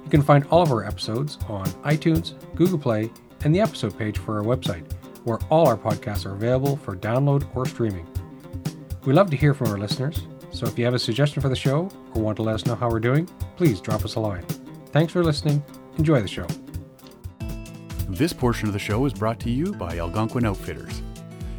You can find all of our episodes on iTunes, Google Play, and the episode page for our website, where all our podcasts are available for download or streaming. We love to hear from our listeners, so if you have a suggestion for the show or want to let us know how we're doing, please drop us a line. Thanks for listening. Enjoy the show.
This portion of the show is brought to you by Algonquin Outfitters.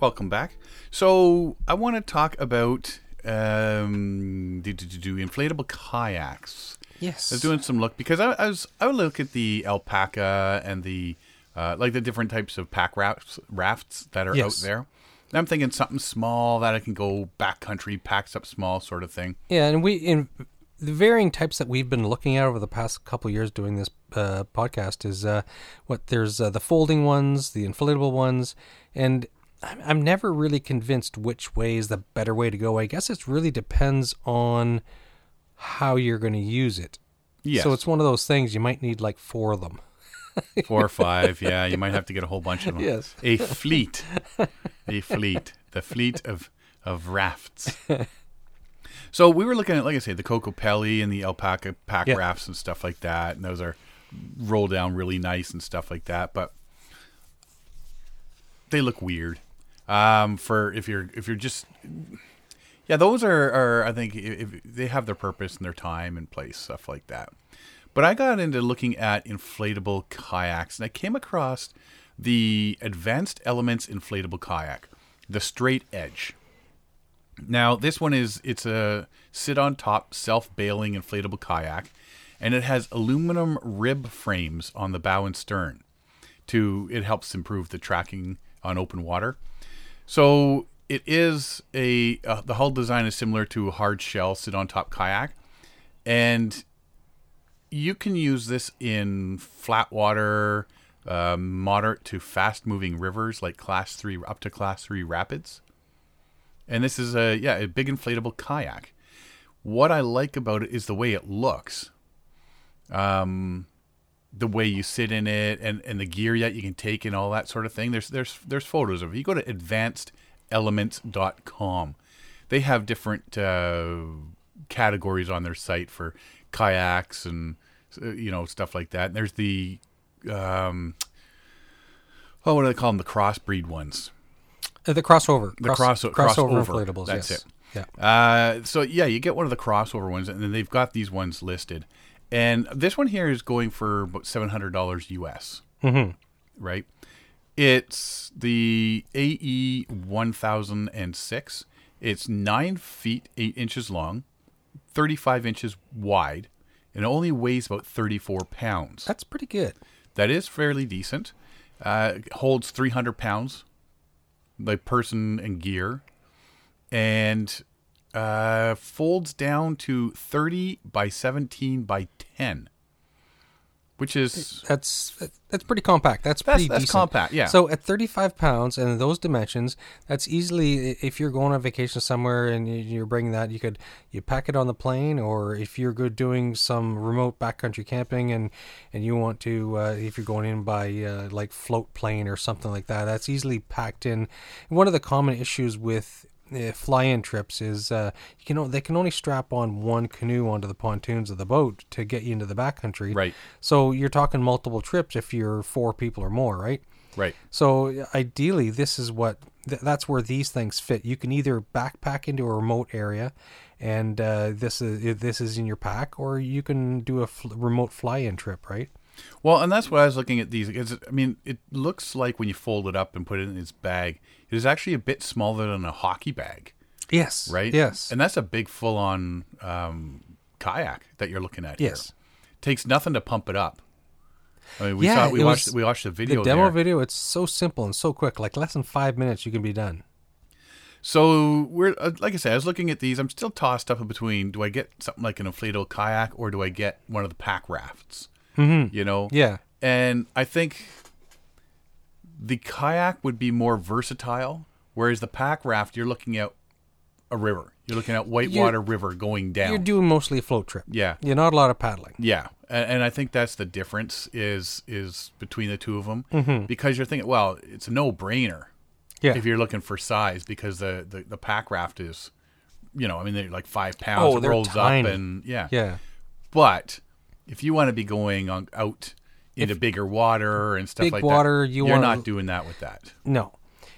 Welcome back. So I want to talk about um, do, do, do, do inflatable kayaks.
Yes.
I was doing some look because I, I was I would look at the alpaca and the uh, like the different types of pack rafts rafts that are
Yes.
out there. And I'm thinking something small that I can go backcountry, packs up small sort of thing.
Yeah, and we in the varying types that we've been looking at over the past couple years doing this uh, podcast is uh, what there's uh, the folding ones, the inflatable ones, and I'm, I'm never really convinced which way is the better way to go. I guess it really depends on how you're going to use it.
Yes.
So it's one of those things you might need like four of them.
Four or five, yeah. You might have to get a whole bunch of them.
Yes.
A fleet. A fleet. The fleet of of rafts. So we were looking at, like I say, the Cocopelli and the alpaca pack
Yeah.
rafts and stuff like that. And those are roll down really nice and stuff like that. But they look weird. Um, for if you're if you're just yeah, those are, are I think if, if they have their purpose and their time and place stuff like that. But I got into looking at inflatable kayaks, and I came across the Advanced Elements inflatable kayak, the Straight Edge. Now this one is it's a sit on top self bailing inflatable kayak, and it has aluminum rib frames on the bow and stern. To it helps improve the tracking on open water. So it is a uh, the hull design is similar to a hard shell sit on top kayak, and you can use this in flat water, um, moderate to fast moving rivers like class three up to class three rapids. And this is a yeah a big inflatable kayak. What I like about it is the way it looks, um, the way you sit in it, and, and the gear that you can take and all that sort of thing. There's there's there's photos of it. You go to advancedelements.com. They have different uh, categories on their site for kayaks and uh, you know stuff like that. And there's the um, oh what do they call them? The crossbreed ones.
Uh, the crossover,
The crosso-
crossover
crossover.
inflatables.
That's
yes.
it.
Yeah.
Uh, so yeah, you get one of the crossover ones, and then they've got these ones listed. And this one here is going for about seven hundred dollars US. Mm-hmm. Right. It's the AE one thousand and six. It's nine feet eight inches long, thirty-five inches wide, and it only weighs about thirty-four pounds.
That's pretty good.
That is fairly decent. Uh, holds 300 pounds, the person and gear, and uh, folds down to 30 by 17 by 10. which is
That's that's pretty compact. That's,
that's
pretty
that's
decent.
compact. Yeah.
So at 35 pounds and those dimensions, that's easily if you're going on vacation somewhere and you- you're bringing that, you could you pack it on the plane, or if you're good doing some remote backcountry camping and and you want to uh, if you're going in by uh, like float plane or something like that, that's easily packed in. One of the common issues with uh, fly-in trips is uh, you can o- they can only strap on one canoe onto the pontoons of the boat to get you into the backcountry.
Right.
So you're talking multiple trips if you're four people or more, right?
right.
So ideally, this is what th- that's where these things fit. You can either backpack into a remote area, and uh, this is this is in your pack, or you can do a fl- remote fly-in trip, right?
Well, and that's what I was looking at these. It's, I mean, it looks like when you fold it up and put it in its bag, it is actually a bit smaller than a hockey bag,
Yes.
right?
Yes.
And that's a big full on um, kayak that you're looking at.
Yes.
Here. Takes nothing to pump it up. I mean, we
Yeah,
saw we
it
watched
was-
we watched the
the
video.
demo
there.
video, it's so simple and so quick. Like less than five minutes, you can be done.
So we're uh, like I said, I was looking at these. I'm still tossed up in between. Do I get something like an inflatable kayak, or do I get one of the pack rafts? Mm-hmm. You know,
Yeah.
And I think the kayak would be more versatile, whereas the pack raft, you're looking at a river. You're looking at whitewater river going down.
You're doing mostly a float trip.
yeah,
You're not a lot of paddling.
yeah, and, and I think that's the difference is is between the two of them because you're thinking, well, it's a no brainer
Mm-hmm. Yeah.
if you're looking for size because the, the the pack raft is, you know, I mean they're like five pounds.
Oh,
it
they're
rolls
tiny.
up and yeah,
yeah.
But if you want to be going on out into bigger water and stuff
Big
like
water,
that,
you
you're
wanna-
not doing that with that.
No,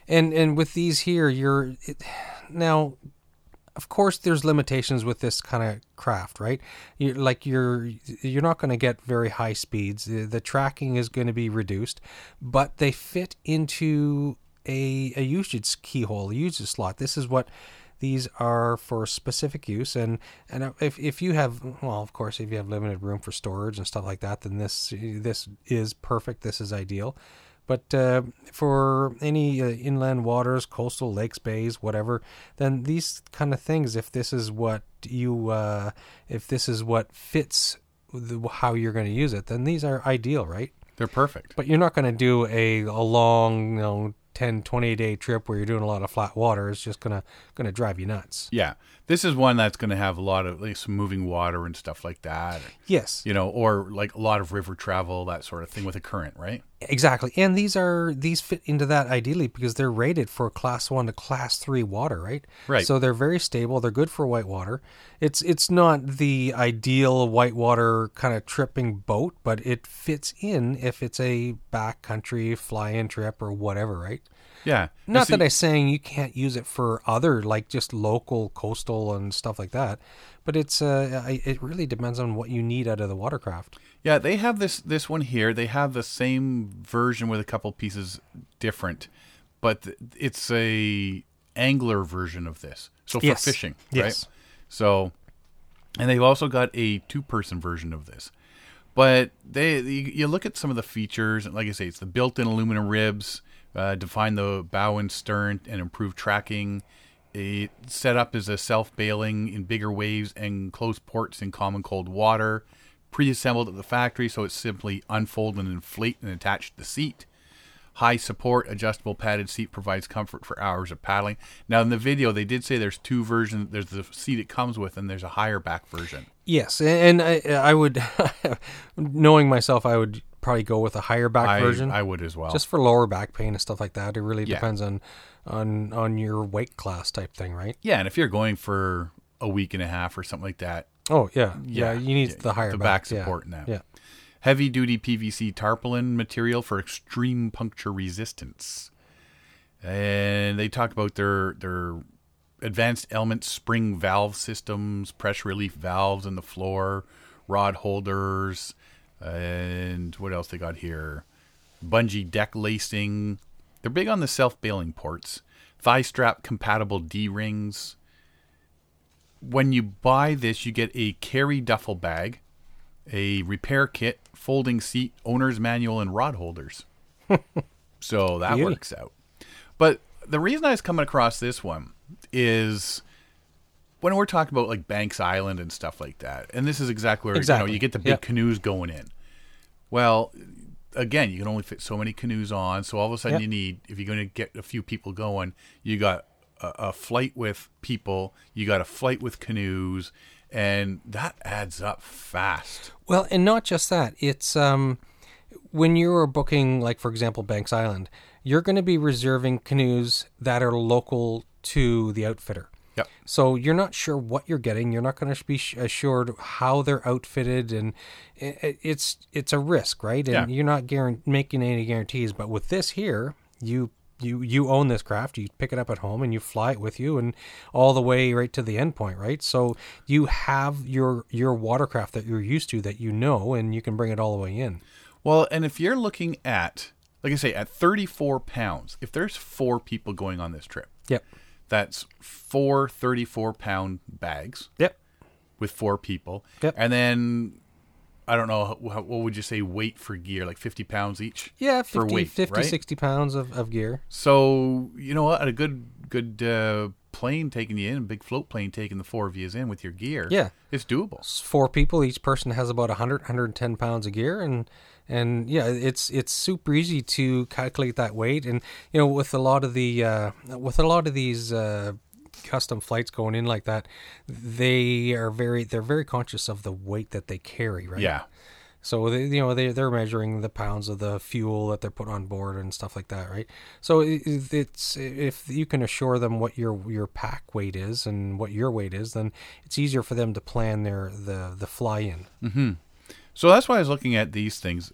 and and with these here, you're it, now. Of course, there's limitations with this kind of craft, right? You're, like you're you're not going to get very high speeds. The, the tracking is going to be reduced, but they fit into a a usage keyhole, a usage slot. This is what these are for specific use and and if, if you have well of course if you have limited room for storage and stuff like that then this this is perfect this is ideal but uh, for any uh, inland waters coastal lakes bays whatever then these kind of things if this is what you uh, if this is what fits the, how you're going to use it then these are ideal right
They're perfect.
but you're not going to do a, a long you know 10 20 day trip where you're doing a lot of flat water it's just gonna gonna drive you nuts
Yeah, this is one that's going to have a lot of like some moving water and stuff like that.
Yes,
You know, or like a lot of river travel, that sort of thing with a current, right?
exactly. And these are these fit into that ideally because they're rated for class one to class three water, right?
Right.
So they're very stable. They're good for white water. It's it's not the ideal whitewater kind of tripping boat, but it fits in if it's a backcountry fly-in trip or whatever, right?
Yeah. You
Not
see-
that I'm saying you can't use it for other like just local coastal and stuff like that, but it's uh, I- it really depends on what you need out of the watercraft.
Yeah, they have this this one here. They have the same version with a couple pieces different, but th- it's a angler version of this. So for
Yes.
fishing,
Yes.
right? So, and they've also got a two person version of this. But they you, you look at some of the features, and like I say, it's the built-in aluminum ribs, uh, define the bow and stern, and improve tracking. It set up as a self-bailing in bigger waves and close ports in common cold water. Pre-assembled at the factory, so it's simply unfold and inflate and attach to the seat. High support, adjustable padded seat provides comfort for hours of paddling. Now, in the video, they did say there's two versions. There's the seat it comes with, and there's a higher back version.
Yes, and I, I would, knowing myself, I would probably go with a higher back
I,
version,
I would as well.
just for lower back pain and stuff like that. It really
Yeah.
depends on, on on your weight class type thing, right?
Yeah, and if you're going for a week and a half or something like that,
Oh yeah, yeah.
Yeah,
you need
yeah,
the higher
the back
yeah,
support now.
Yeah,
heavy duty PVC tarpaulin material for extreme puncture resistance. And they talk about their their advanced element spring valve systems, pressure relief valves in the floor, rod holders, and what else they got here? Bungee deck lacing. They're big on the self bailing ports, thigh strap compatible D rings. When you buy this, you get a carry duffel bag, a repair kit, folding seat, owner's manual, and rod holders. so that
Beauty.
works out. But the reason I was coming across this one is when we're talking about like Banks Island and stuff like that, and this is exactly where you know
Exactly.
you get the big
Yep.
canoes going in. Well, again, you can only fit so many canoes on. So all of a sudden,
Yeah.
you need if you're going to get a few people going, you got a, a flight with people, you got a flight with canoes, and that adds up fast.
Well, and not just that. It's um, when you are booking, like for example, Banks Island, you're going to be reserving canoes that are local to the outfitter.
Yep.
So you're not sure what you're getting. You're not going to be sh- assured how they're outfitted, and i- i- it's it's a risk, right? And
Yeah.
you're not guaran- making any guarantees. But with this here, you you you own this craft. You pick it up at home and you fly it with you, and all the way right to the end point, right? So you have your your watercraft that you're used to, that you know, and you can bring it all the way in.
Well, and if you're looking at, like I say, at 34 pounds, if there's four people going on this trip,
Yep.
that's four 34 pound bags
Yep.
with four people.
Yep.
And then I don't know, wh- what would you say weight for gear? Like 50 pounds each?
Yeah, 50,
for weight,
50
right?
60 pounds of, of gear.
So, you know what? A good, good uh, plane taking you in, a big float plane taking the four of you in with your gear.
Yeah.
It's doable.
It's four people each person has about 100 110 pounds of gear and and yeah it's it's super easy to calculate that weight and you know with a lot of the uh, with a lot of these uh, custom flights going in like that they are very they're very conscious of the weight that they carry right
Yeah.
so they, you know they they're measuring the pounds of the fuel that they're put on board and stuff like that, right? So i- i- it's if you can assure them what your your pack weight is and what your weight is, then it's easier for them to plan their the the fly in.
So that's why I was looking at these things,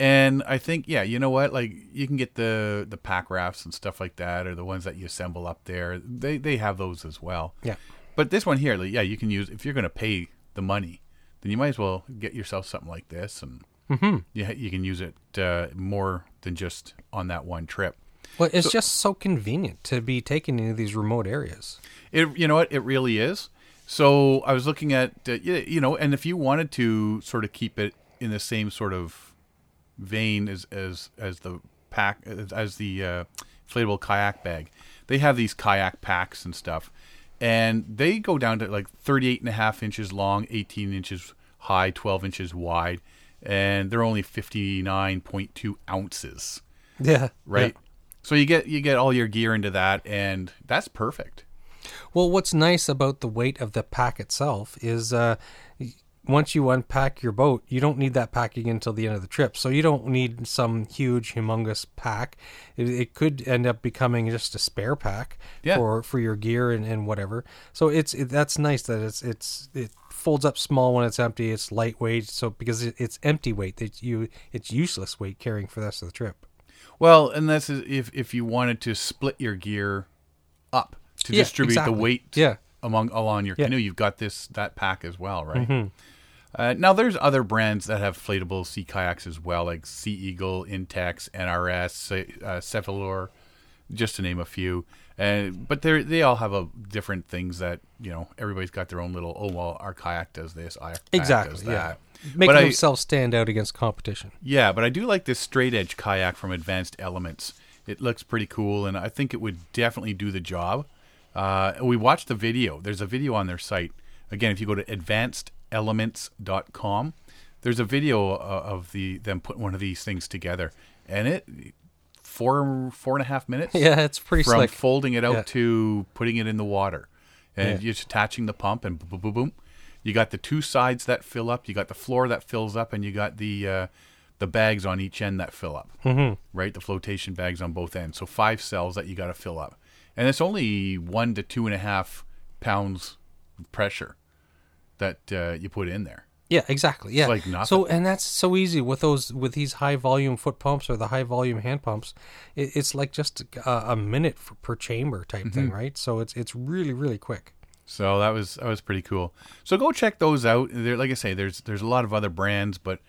and I think yeah, you know what? Like you can get the the pack rafts and stuff like that, or the ones that you assemble up there. They they have those as well.
Yeah.
But this one here, like, yeah, you can use if you're going to pay the money, then you might as well get yourself something like this, and yeah, you can use it uh, more than just on that one trip.
Well, it's just so convenient to be taken into these remote areas.
It, you know what? It really is. So I was looking at, uh, y- you know, and if you wanted to sort of keep it in the same sort of vein as as as the pack as- as the uh, inflatable kayak bag, they have these kayak packs and stuff, and they go down to like 38 and a half inches long, 18 inches high, 12 inches wide, and they're only 59.2 ounces,
Yeah.
right? So you get you get all your gear into that, and that's perfect.
Well, what's nice about the weight of the pack itself is uh, y- once you unpack your boat, you don't need that pack again until the end of the trip. So you don't need some huge, humongous pack. It, it could end up becoming just a spare pack
Yeah.
for, for your gear and, and whatever. So it's it, that's nice that it's it's it folds up small when it's empty. It's lightweight, so because it, it's empty weight that you it's useless weight carrying for the rest of the trip.
Well, and that's if if you wanted to split your gear up to
Yeah,
distribute
exactly.
the weight
Yeah.
among along your canoe, you've got this that pack as well, right?
Mm-hmm.
Uh, now there's other brands that have inflatable sea kayaks as well, like Sea Eagle, Intex, NRS, uh, Cephalor, just to name a few. And but they they all have a different things that you know everybody's got their own little. Oh well, our kayak does this, our kayak does
Exactly. Yeah.
that.
Making
But I-
themselves stand out against competition.
yeah, but I do like this straight edge kayak from Advanced Elements. It looks pretty cool, and I think it would definitely do the job. Uh, we watched the video. There's a video on their site. Again, if you go to advancedelements.com, there's a video uh, of the them putting one of these things together, and it four four and a half minutes
Yeah, it's pretty
from
slick.
folding it out
Yeah.
to putting it in the water, and you're just attaching the pump and boom, boom, boom, boom. You got the two sides that fill up. You got the floor that fills up, and you got the uh, the bags on each end that fill up. Mm-hmm. Right, the flotation bags on both ends. So five cells that you got to fill up, and it's only one to two and a half pounds of pressure that uh, you put in there.
Yeah, exactly. Yeah.
like nothing.
So and that's so easy with those with these high volume foot pumps or the high volume hand pumps. It, it's like just a, a minute for, per chamber type thing, right? So it's it's really really quick.
So that was that was pretty cool. So go check those out. There, like I say, there's there's a lot of other brands, but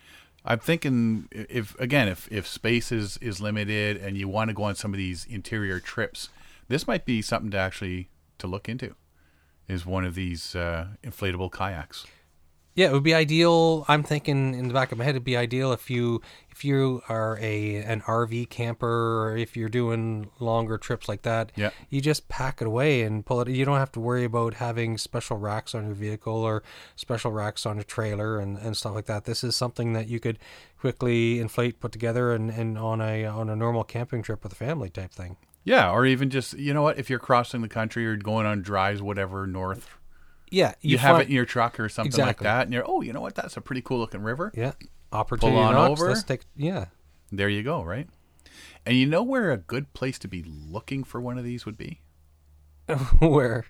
I'm thinking if again if if space is is limited and you want to go on some of these interior trips, this might be something to actually to look into. Is one of these uh, inflatable kayaks?
Yeah, it would be ideal. I'm thinking in the back of my head, it'd be ideal if you if you are a an RV camper or if you're doing longer trips like that.
Yeah.
you just pack it away and pull it. You don't have to worry about having special racks on your vehicle or special racks on your trailer and, and stuff like that. This is something that you could quickly inflate, put together, and, and on a on a normal camping trip with a family type thing.
Yeah, or even just you know what, if you're crossing the country or going on drives, whatever north,
Yeah,
you, have
fly-
it in your truck or something
Exactly.
like that, and you're oh, you know what, that's a pretty cool looking river.
Yeah, opportunity
on
knocks.
over.
Let's take yeah.
There you go, right? And you know where a good place to be looking for one of these would be
Where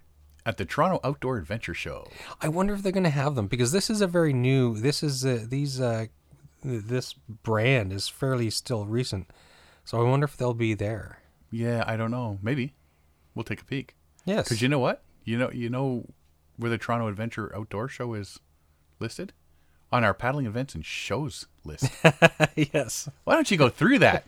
at the Toronto Outdoor Adventure Show.
I wonder if they're going to have them because this is a very new. This is uh these uh, th- this brand is fairly still recent, so I wonder if they'll be there.
Yeah, I don't know, maybe we'll take a peek.
Yes,
Because you know what, you know, you know where the Toronto Adventure Outdoor Show is listed on our paddling events and shows list.
yes,
Why don't you go through that?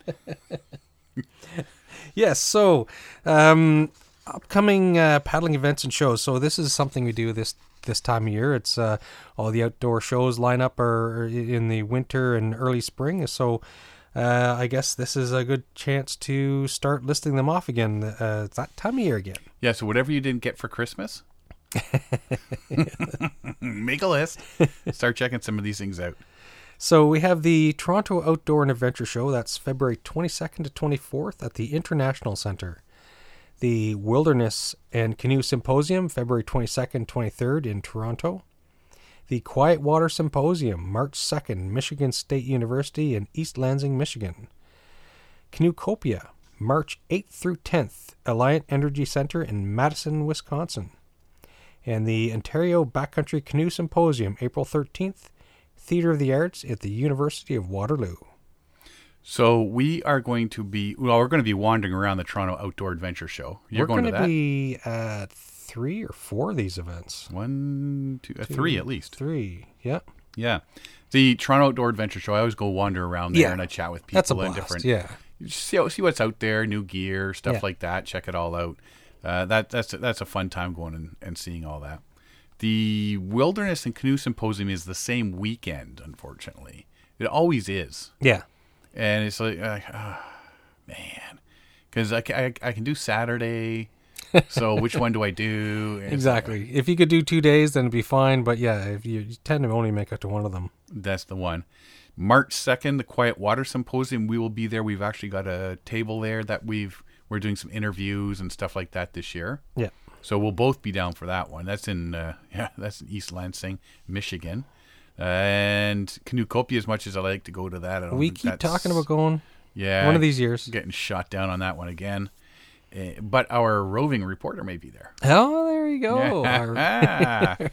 yes. So, um, upcoming uh, paddling events and shows. So this is something we do this this time of year. It's uh, all the outdoor shows line up are are in the winter and early spring. So. Uh, I guess this is a good chance to start listing them off again. Uh, it's that time of year again.
Yeah, so whatever you didn't get for Christmas, make a list. Start checking some of these things out.
So we have the Toronto Outdoor and Adventure Show. That's February 22nd to 24th at the International Centre. The Wilderness and Canoe Symposium, February 22nd, 23rd in Toronto. The Quiet Water Symposium, March 2nd, Michigan State University in East Lansing, Michigan. Canoecopia, March 8th through 10th, Alliant Energy Center in Madison, Wisconsin. And the Ontario Backcountry Canoe Symposium, April 13th, Theatre of the Arts at the University of Waterloo.
So we are going to be well, we're going to be wandering around the Toronto Outdoor Adventure Show. You're
We're
going to
gonna
that
be at three or four of these events.
one, two, uh, three at least.
Three, yeah.
Yeah, the Toronto Outdoor Adventure Show. I always go wander around there
Yeah.
and I chat with people
That's a
and
blast.
different
Yeah,
see oh, see what's out there, new gear, stuff
Yeah.
like that. Check it all out. Uh, that that's that's a fun time going and, and seeing all that. The Wilderness and Canoe Symposium is the same weekend, unfortunately. It always is,
yeah,
and it's like, uh, ah, man, because I, ca- I, I can do Saturday, so which one do I do? And it's like,
exactly. If you could do two days, then it'd be fine. But yeah, if you, you tend to only make it to one of them.
That's the one. March second, the Quiet Water Symposium. We will be there. We've actually got a table there that we've we're doing some interviews and stuff like that this year.
Yeah,
So we'll both be down for that one. That's in uh, yeah, that's in East Lansing, Michigan. And Canucopia, as much as I like to go to that, I don't
we
think
keep
Mm, that's-
talking about going
yeah
one of these years.
getting shot down on that one again. Eh, But our roving reporter may be there.
Oh, there you go. Our-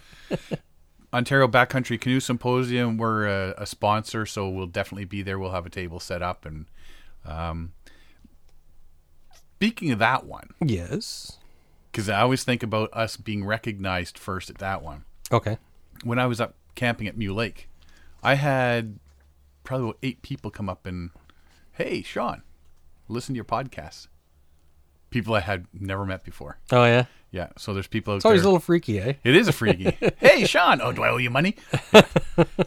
Ontario Backcountry Canoe Symposium. We're a, a sponsor, so we'll definitely be there. We'll have a table set up. And um, speaking of that one,
yes.
because I always think about us being recognized first at that one.
Okay.
when I was up camping at Mule Lake, I had probably about eight people come up and, hey, Sean, listen to your podcast. People I had never met before.
Oh yeah.
Yeah, so there's people out
It's always
there.
a little freaky, eh?
It is a freaky. hey, Sean. Oh, do I owe you money?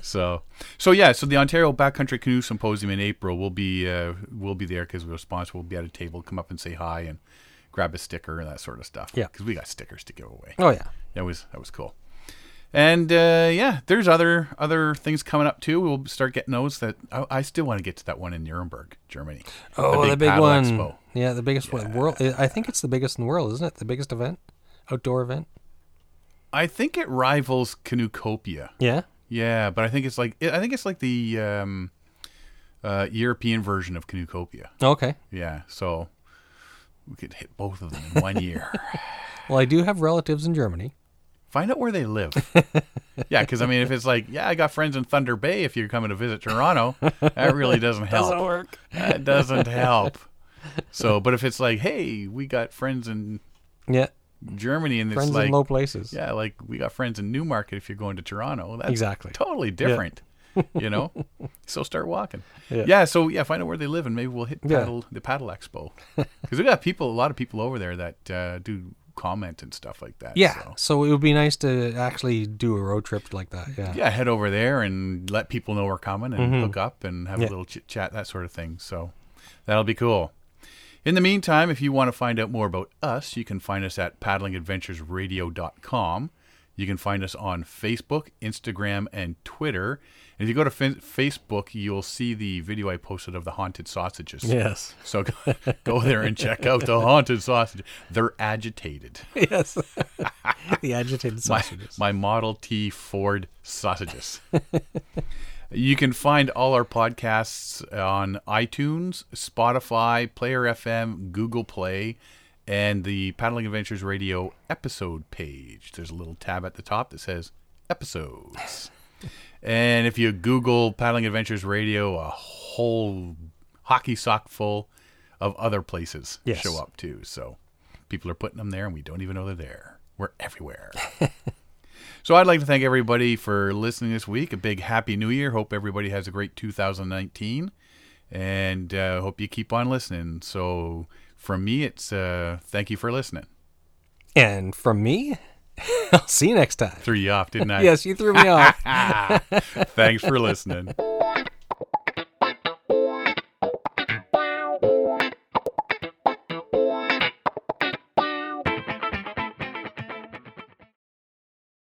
so, so yeah. So the Ontario Backcountry Canoe Symposium in April will be uh, will be there because we're sponsored. We'll be at a table, come up and say hi, and grab a sticker and that sort of stuff.
Yeah.
because we got stickers to give away.
Oh yeah.
That was that was cool. And uh, yeah, there's other other things coming up too. We'll start getting those. That I, I still want to get to that one in Nuremberg, Germany.
Oh, the big,
paddle
one.
expo.
Yeah, the biggest one. World. I think it's the biggest in the world, isn't it? The biggest event, outdoor event.
I think it rivals Canucopia.
Yeah.
Yeah, but I think it's like I think it's like the um, uh, European version of Canucopia.
Okay.
Yeah, so we could hit both of them in one year.
Well, I do have relatives in Germany.
Find out where they live. yeah, because I mean, if it's like, yeah, I got friends in Thunder Bay. If you're coming to visit Toronto, that really doesn't help.
work.
that doesn't help. So, but if it's like, hey, we got friends in
Yeah,
Germany, and it's
friends
like,
in low places.
yeah, like we got friends in Newmarket. If you're going to Toronto, that's
Exactly.
totally different. you know, so start walking.
Yeah.
Yeah. so yeah, find out where they live, and maybe we'll hit
Yeah.
paddle the paddle expo because we got people, a lot of people over there that uh, do comment and stuff like that.
Yeah.
so.
So. it would be nice to actually do a road trip like that. Yeah.
yeah, head over there and let people know we're coming and hook up and have
Yeah.
a little chit chat, that sort of thing. So that'll be cool. In the meantime, if you want to find out more about us, you can find us at paddlingadventuresradio.com. You can find us on Facebook, Instagram, and Twitter. And if you go to fin- Facebook, you'll see the video I posted of the haunted sausages.
Yes.
So go, go there and check out the haunted sausage. They're agitated.
Yes. the agitated
My-
sausages.
My, Model T Ford sausages. you can find all our podcasts on iTunes, Spotify, Player FM, Google Play, and the Paddling Adventures Radio episode page. There's a little tab at the top that says episodes. and if you Google Paddling Adventures Radio, a whole hockey sock full of other places
Yes.
show up too. So people are putting them there and we don't even know they're there. We're everywhere. So I'd like to thank everybody for listening this week. A big happy new year. Hope everybody has a great 2019 and uh, hope you keep on listening. So from me, it's uh, thank you for listening.
and from me, I'll see you next time.
Threw you off, didn't I?
Yes, you threw me off.
Thanks for Ah, listening.